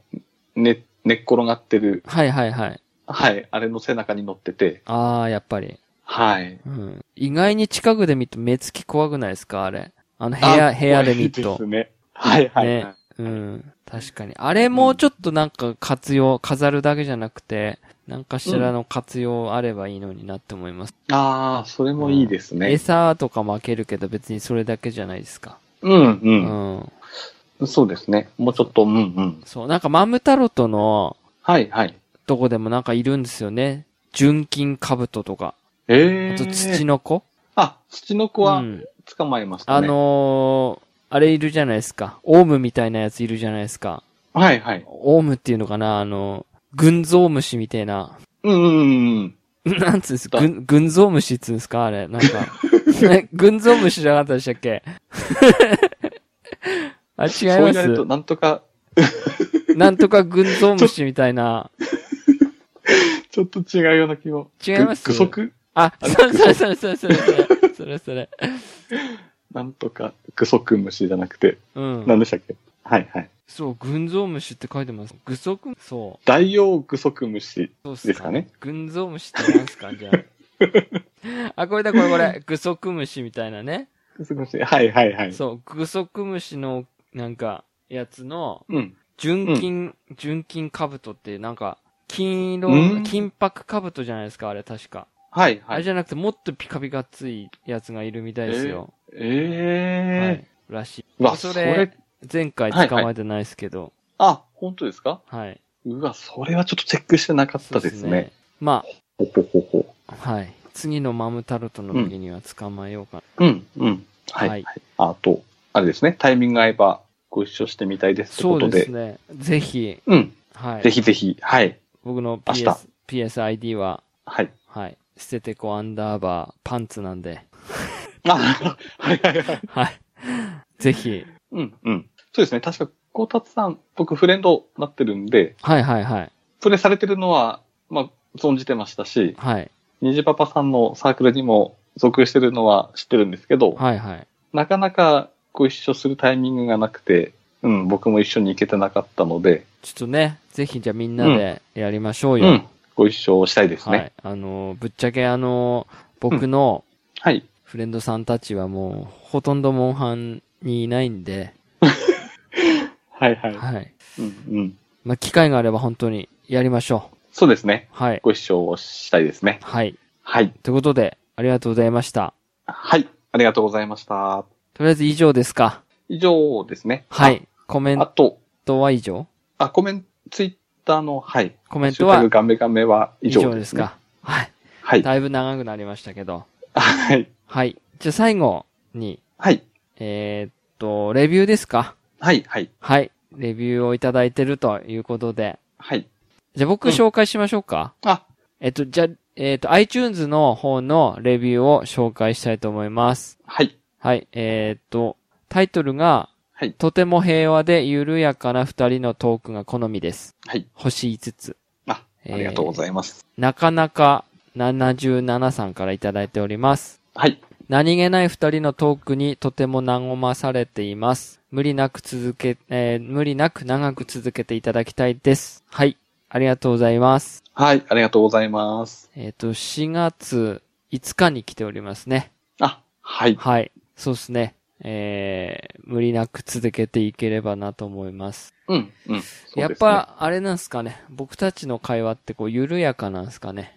[SPEAKER 2] ね、寝っ転がってる、
[SPEAKER 1] はいはいはい。
[SPEAKER 2] はい、あれの背中に乗ってて、
[SPEAKER 1] ああ、やっぱり。
[SPEAKER 2] はい。
[SPEAKER 1] うん。意外に近くで見ると目つき怖くないですかあれ。あの部屋、
[SPEAKER 2] あ
[SPEAKER 1] 部屋で見る
[SPEAKER 2] 怖いで
[SPEAKER 1] と
[SPEAKER 2] す。ね。はい、はい、はい
[SPEAKER 1] ねうん。確かに。あれもうちょっとなんか活用、飾るだけじゃなくて、なんかしらの活用あればいいのになって思います。
[SPEAKER 2] ああ、それもいいですね。
[SPEAKER 1] 餌とかも開けるけど別にそれだけじゃないですか。
[SPEAKER 2] うん、
[SPEAKER 1] う。
[SPEAKER 2] うんん。そうですね。もうちょっと、うん、うん。
[SPEAKER 1] そう。なんかマムタロトの
[SPEAKER 2] はい、はい。
[SPEAKER 1] とこでもなんかいるんですよね。純金カブトとか。
[SPEAKER 2] ええ
[SPEAKER 1] あ
[SPEAKER 2] ー。
[SPEAKER 1] と土の子、
[SPEAKER 2] あ、土の子
[SPEAKER 1] う
[SPEAKER 2] は
[SPEAKER 1] ん。
[SPEAKER 2] 捕まえました
[SPEAKER 1] あ
[SPEAKER 2] ね。
[SPEAKER 1] のー、あれいるじゃないですか。オウムみたいなやついるじゃないですか。
[SPEAKER 2] はい、はい。
[SPEAKER 1] オウムっていうのかなあの、群像虫みたいな。
[SPEAKER 2] うん、うん、うん。
[SPEAKER 1] なんつうんです
[SPEAKER 2] だ
[SPEAKER 1] 群、群像虫っつうんですかあれ。 なんか。え群像虫じゃなかったでしたっけ あ、違
[SPEAKER 2] そう
[SPEAKER 1] いま
[SPEAKER 2] 言われると、
[SPEAKER 1] す。
[SPEAKER 2] なんとか、
[SPEAKER 1] なんとか群像虫みたいな。
[SPEAKER 2] ちょっと違うような気も。
[SPEAKER 1] 違います
[SPEAKER 2] ぐ具足
[SPEAKER 1] あ、
[SPEAKER 2] あ
[SPEAKER 1] それそれそれそれそれそれ。それそれ。
[SPEAKER 2] なんとか、具足虫じゃなくて、
[SPEAKER 1] うん。
[SPEAKER 2] 何でしたっけはい、はい。
[SPEAKER 1] そう、群像虫って書いてます。具足そう。
[SPEAKER 2] 大王具足虫。
[SPEAKER 1] そうっす
[SPEAKER 2] ですかね。
[SPEAKER 1] 群像虫ってなんすかじゃ あ。あ、これだ、これこれ。グソクムシみたいなね。
[SPEAKER 2] 具足虫。はい、はい、はい。
[SPEAKER 1] そう、グソクムシの、なんか、やつの、
[SPEAKER 2] うん。
[SPEAKER 1] 純金、純金兜っていう、なんか、金
[SPEAKER 2] う
[SPEAKER 1] 色、
[SPEAKER 2] ん
[SPEAKER 1] 金箔兜じゃないですか、あれ確か。
[SPEAKER 2] はい、
[SPEAKER 1] あ
[SPEAKER 2] は
[SPEAKER 1] れ
[SPEAKER 2] い。
[SPEAKER 1] じゃなくて、もっとピカピカついやつがいるみたいですよ。
[SPEAKER 2] え
[SPEAKER 1] は
[SPEAKER 2] えー。
[SPEAKER 1] い。らしい。
[SPEAKER 2] わ、
[SPEAKER 1] そ
[SPEAKER 2] そ
[SPEAKER 1] れ
[SPEAKER 2] れ、
[SPEAKER 1] 前回捕まえてないですけど、
[SPEAKER 2] あ、本当ですか
[SPEAKER 1] はい。
[SPEAKER 2] うわ、それはちょっとチェックしてなかったです
[SPEAKER 1] そうっ
[SPEAKER 2] ね。。
[SPEAKER 1] ま
[SPEAKER 2] ほほほほ。
[SPEAKER 1] あ、はい。次のマムタルトの時には捕まえようかな。
[SPEAKER 2] うん、うん。はい。
[SPEAKER 1] はい
[SPEAKER 2] あと、あれですね、タイミング合えばご一緒してみたいですって
[SPEAKER 1] そ
[SPEAKER 2] こ
[SPEAKER 1] う
[SPEAKER 2] とで。
[SPEAKER 1] ですね。ぜひ、
[SPEAKER 2] うん、
[SPEAKER 1] はい。
[SPEAKER 2] ぜひぜひ、はい。
[SPEAKER 1] 僕の
[SPEAKER 2] 明
[SPEAKER 1] PS
[SPEAKER 2] 日
[SPEAKER 1] PSID は、
[SPEAKER 2] はい。
[SPEAKER 1] はい、捨ててこアンダーバーパンツなんで、
[SPEAKER 2] あ、はいはいはい。
[SPEAKER 1] はい。 ぜひ、
[SPEAKER 2] うん、うん。そうですね、確か、こうたつさん、僕フレンドになってるんで、
[SPEAKER 1] はいはいはい。
[SPEAKER 2] プレイされてるのは、まあ、存じてましたし、
[SPEAKER 1] はい。
[SPEAKER 2] にじパパさんのサークルにも属してるのは知ってるんですけど、
[SPEAKER 1] はいはい。
[SPEAKER 2] なかなかご一緒するタイミングがなくて、うん、僕も一緒に行けてなかったので、
[SPEAKER 1] ちょっとね、ぜひじゃあみんなでやりましょう
[SPEAKER 2] う
[SPEAKER 1] よ。
[SPEAKER 2] ん、ご一緒したいです
[SPEAKER 1] は
[SPEAKER 2] ね。
[SPEAKER 1] い。あのー、ぶっちゃけあのー、僕の
[SPEAKER 2] はい。
[SPEAKER 1] フレンドさんたちはもう、ほとんどモンハンにいないんで、
[SPEAKER 2] はいは
[SPEAKER 1] はい。
[SPEAKER 2] い。うんうん。
[SPEAKER 1] まあ、機会があれば本当にやりましょう。
[SPEAKER 2] そうですね。
[SPEAKER 1] はい。
[SPEAKER 2] ご視聴をしたいですね。
[SPEAKER 1] はい。
[SPEAKER 2] はい。
[SPEAKER 1] ということで、ありがとうございました。
[SPEAKER 2] はい。ありがとうございました。
[SPEAKER 1] とりあえず以上ですか。
[SPEAKER 2] 以上ですね。
[SPEAKER 1] は
[SPEAKER 2] あ。
[SPEAKER 1] い。コメン
[SPEAKER 2] あと、
[SPEAKER 1] トは以上
[SPEAKER 2] あ、コメント、ツイッターの、はい。
[SPEAKER 1] コ
[SPEAKER 2] コ
[SPEAKER 1] メントは
[SPEAKER 2] ガメガメは以上です,、ね、
[SPEAKER 1] か。はい。
[SPEAKER 2] はい。
[SPEAKER 1] だいぶ長くなりましたけど。
[SPEAKER 2] はい。
[SPEAKER 1] はい。じゃあ最後に、
[SPEAKER 2] はい。
[SPEAKER 1] えーっと、レビューですか
[SPEAKER 2] はい。はい。
[SPEAKER 1] はい。レビューをいただいてるということで。
[SPEAKER 2] はい。
[SPEAKER 1] じゃあ僕
[SPEAKER 2] うん
[SPEAKER 1] 紹介しましょうか。
[SPEAKER 2] あ、
[SPEAKER 1] えっと、じゃあ、えーっと、iTunes の方のレビューを紹介したいと思います。
[SPEAKER 2] はい。
[SPEAKER 1] はい。えーっと、タイトルが、
[SPEAKER 2] はい。
[SPEAKER 1] とても平和で緩やかな二人のトークが好みです。
[SPEAKER 2] はい。
[SPEAKER 1] 星5つ。
[SPEAKER 2] あ、ありがとうございます。
[SPEAKER 1] なかなか77さんからいただいております。
[SPEAKER 2] はい。
[SPEAKER 1] 何気ない二人のトークにとても和まされています。無理なく続け、えー無理なく長く続けていただきたいです。はい。ありがとうございます。
[SPEAKER 2] はい。ありがとうございます。
[SPEAKER 1] えっ、と、4月5日に来ておりますね。
[SPEAKER 2] あ、はい。
[SPEAKER 1] はい。そうですね。えー、無理なく続けていければなと思います。
[SPEAKER 2] うん。うん。そうですね
[SPEAKER 1] やっ、ぱ、あれなんですかね。僕たちの会話ってこう、緩やかなんですかね。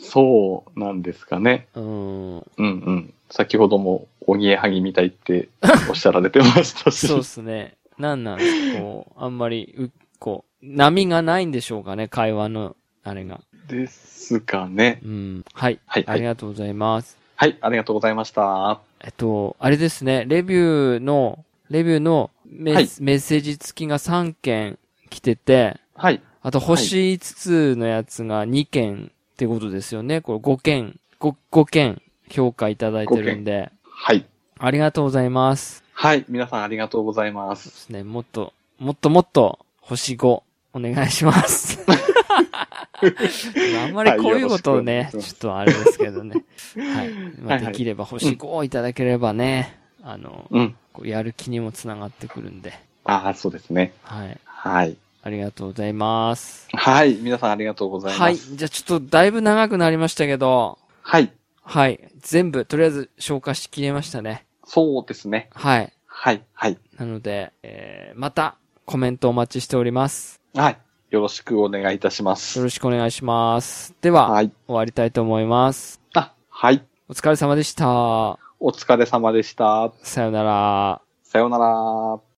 [SPEAKER 2] そうなんですかね。
[SPEAKER 1] うー ん。
[SPEAKER 2] うんうん。先ほども、おぎえはぎみたい っておっしゃられてましたし。
[SPEAKER 1] そうですね。なんなんですかこう、あんまり、う、こう、波がないんでしょうかね、会話の、あれが。
[SPEAKER 2] ですかね。
[SPEAKER 1] うん。はい。
[SPEAKER 2] はい。
[SPEAKER 1] あ
[SPEAKER 2] は
[SPEAKER 1] り
[SPEAKER 2] い。
[SPEAKER 1] がとうございます。
[SPEAKER 2] はい。ありがとうございました。
[SPEAKER 1] えっと、あれですね、レビューの、レビューのメ,、
[SPEAKER 2] はい
[SPEAKER 1] メッセージ付きが3件来てて、
[SPEAKER 2] はい。
[SPEAKER 1] あと星5つのやつが2件ってことですよね。これ5件、5, 5件評価いただいてるんで、
[SPEAKER 2] はい。
[SPEAKER 1] ありがとうございます。
[SPEAKER 2] はい。皆さんありがとうございま。
[SPEAKER 1] ですすね、もっと、もっともっと、星5、お願いします。 あんまりこういうことをね、
[SPEAKER 2] はいよろ
[SPEAKER 1] ちょ
[SPEAKER 2] し
[SPEAKER 1] っとあれですけどね。はい。まあ
[SPEAKER 2] はいはい
[SPEAKER 1] できれば星5をいただければね、あの、
[SPEAKER 2] うん。
[SPEAKER 1] こうやる気にもつながってくるんで。
[SPEAKER 2] ああ、そうですね。
[SPEAKER 1] はい。
[SPEAKER 2] はい。
[SPEAKER 1] ありがとうございます。
[SPEAKER 2] はい。皆さんありがとうござい
[SPEAKER 1] は
[SPEAKER 2] ま
[SPEAKER 1] い。
[SPEAKER 2] す。
[SPEAKER 1] じゃあちょっとだいぶ長くなりましたけど、
[SPEAKER 2] はい。
[SPEAKER 1] はい。全部、とりあえず消化しきれましたね。
[SPEAKER 2] そうですね。
[SPEAKER 1] はい。
[SPEAKER 2] はい。はい。
[SPEAKER 1] なので、えー、また、コメントお待ちしております。
[SPEAKER 2] はい。よろしくお願いいたしま
[SPEAKER 1] よ
[SPEAKER 2] す。
[SPEAKER 1] ろしくお願いします。では、
[SPEAKER 2] はい。
[SPEAKER 1] 終わりたいと思います。
[SPEAKER 2] あ、はい。
[SPEAKER 1] お疲れ様でした。
[SPEAKER 2] お疲れ様でした。
[SPEAKER 1] さよなら。
[SPEAKER 2] さようなら。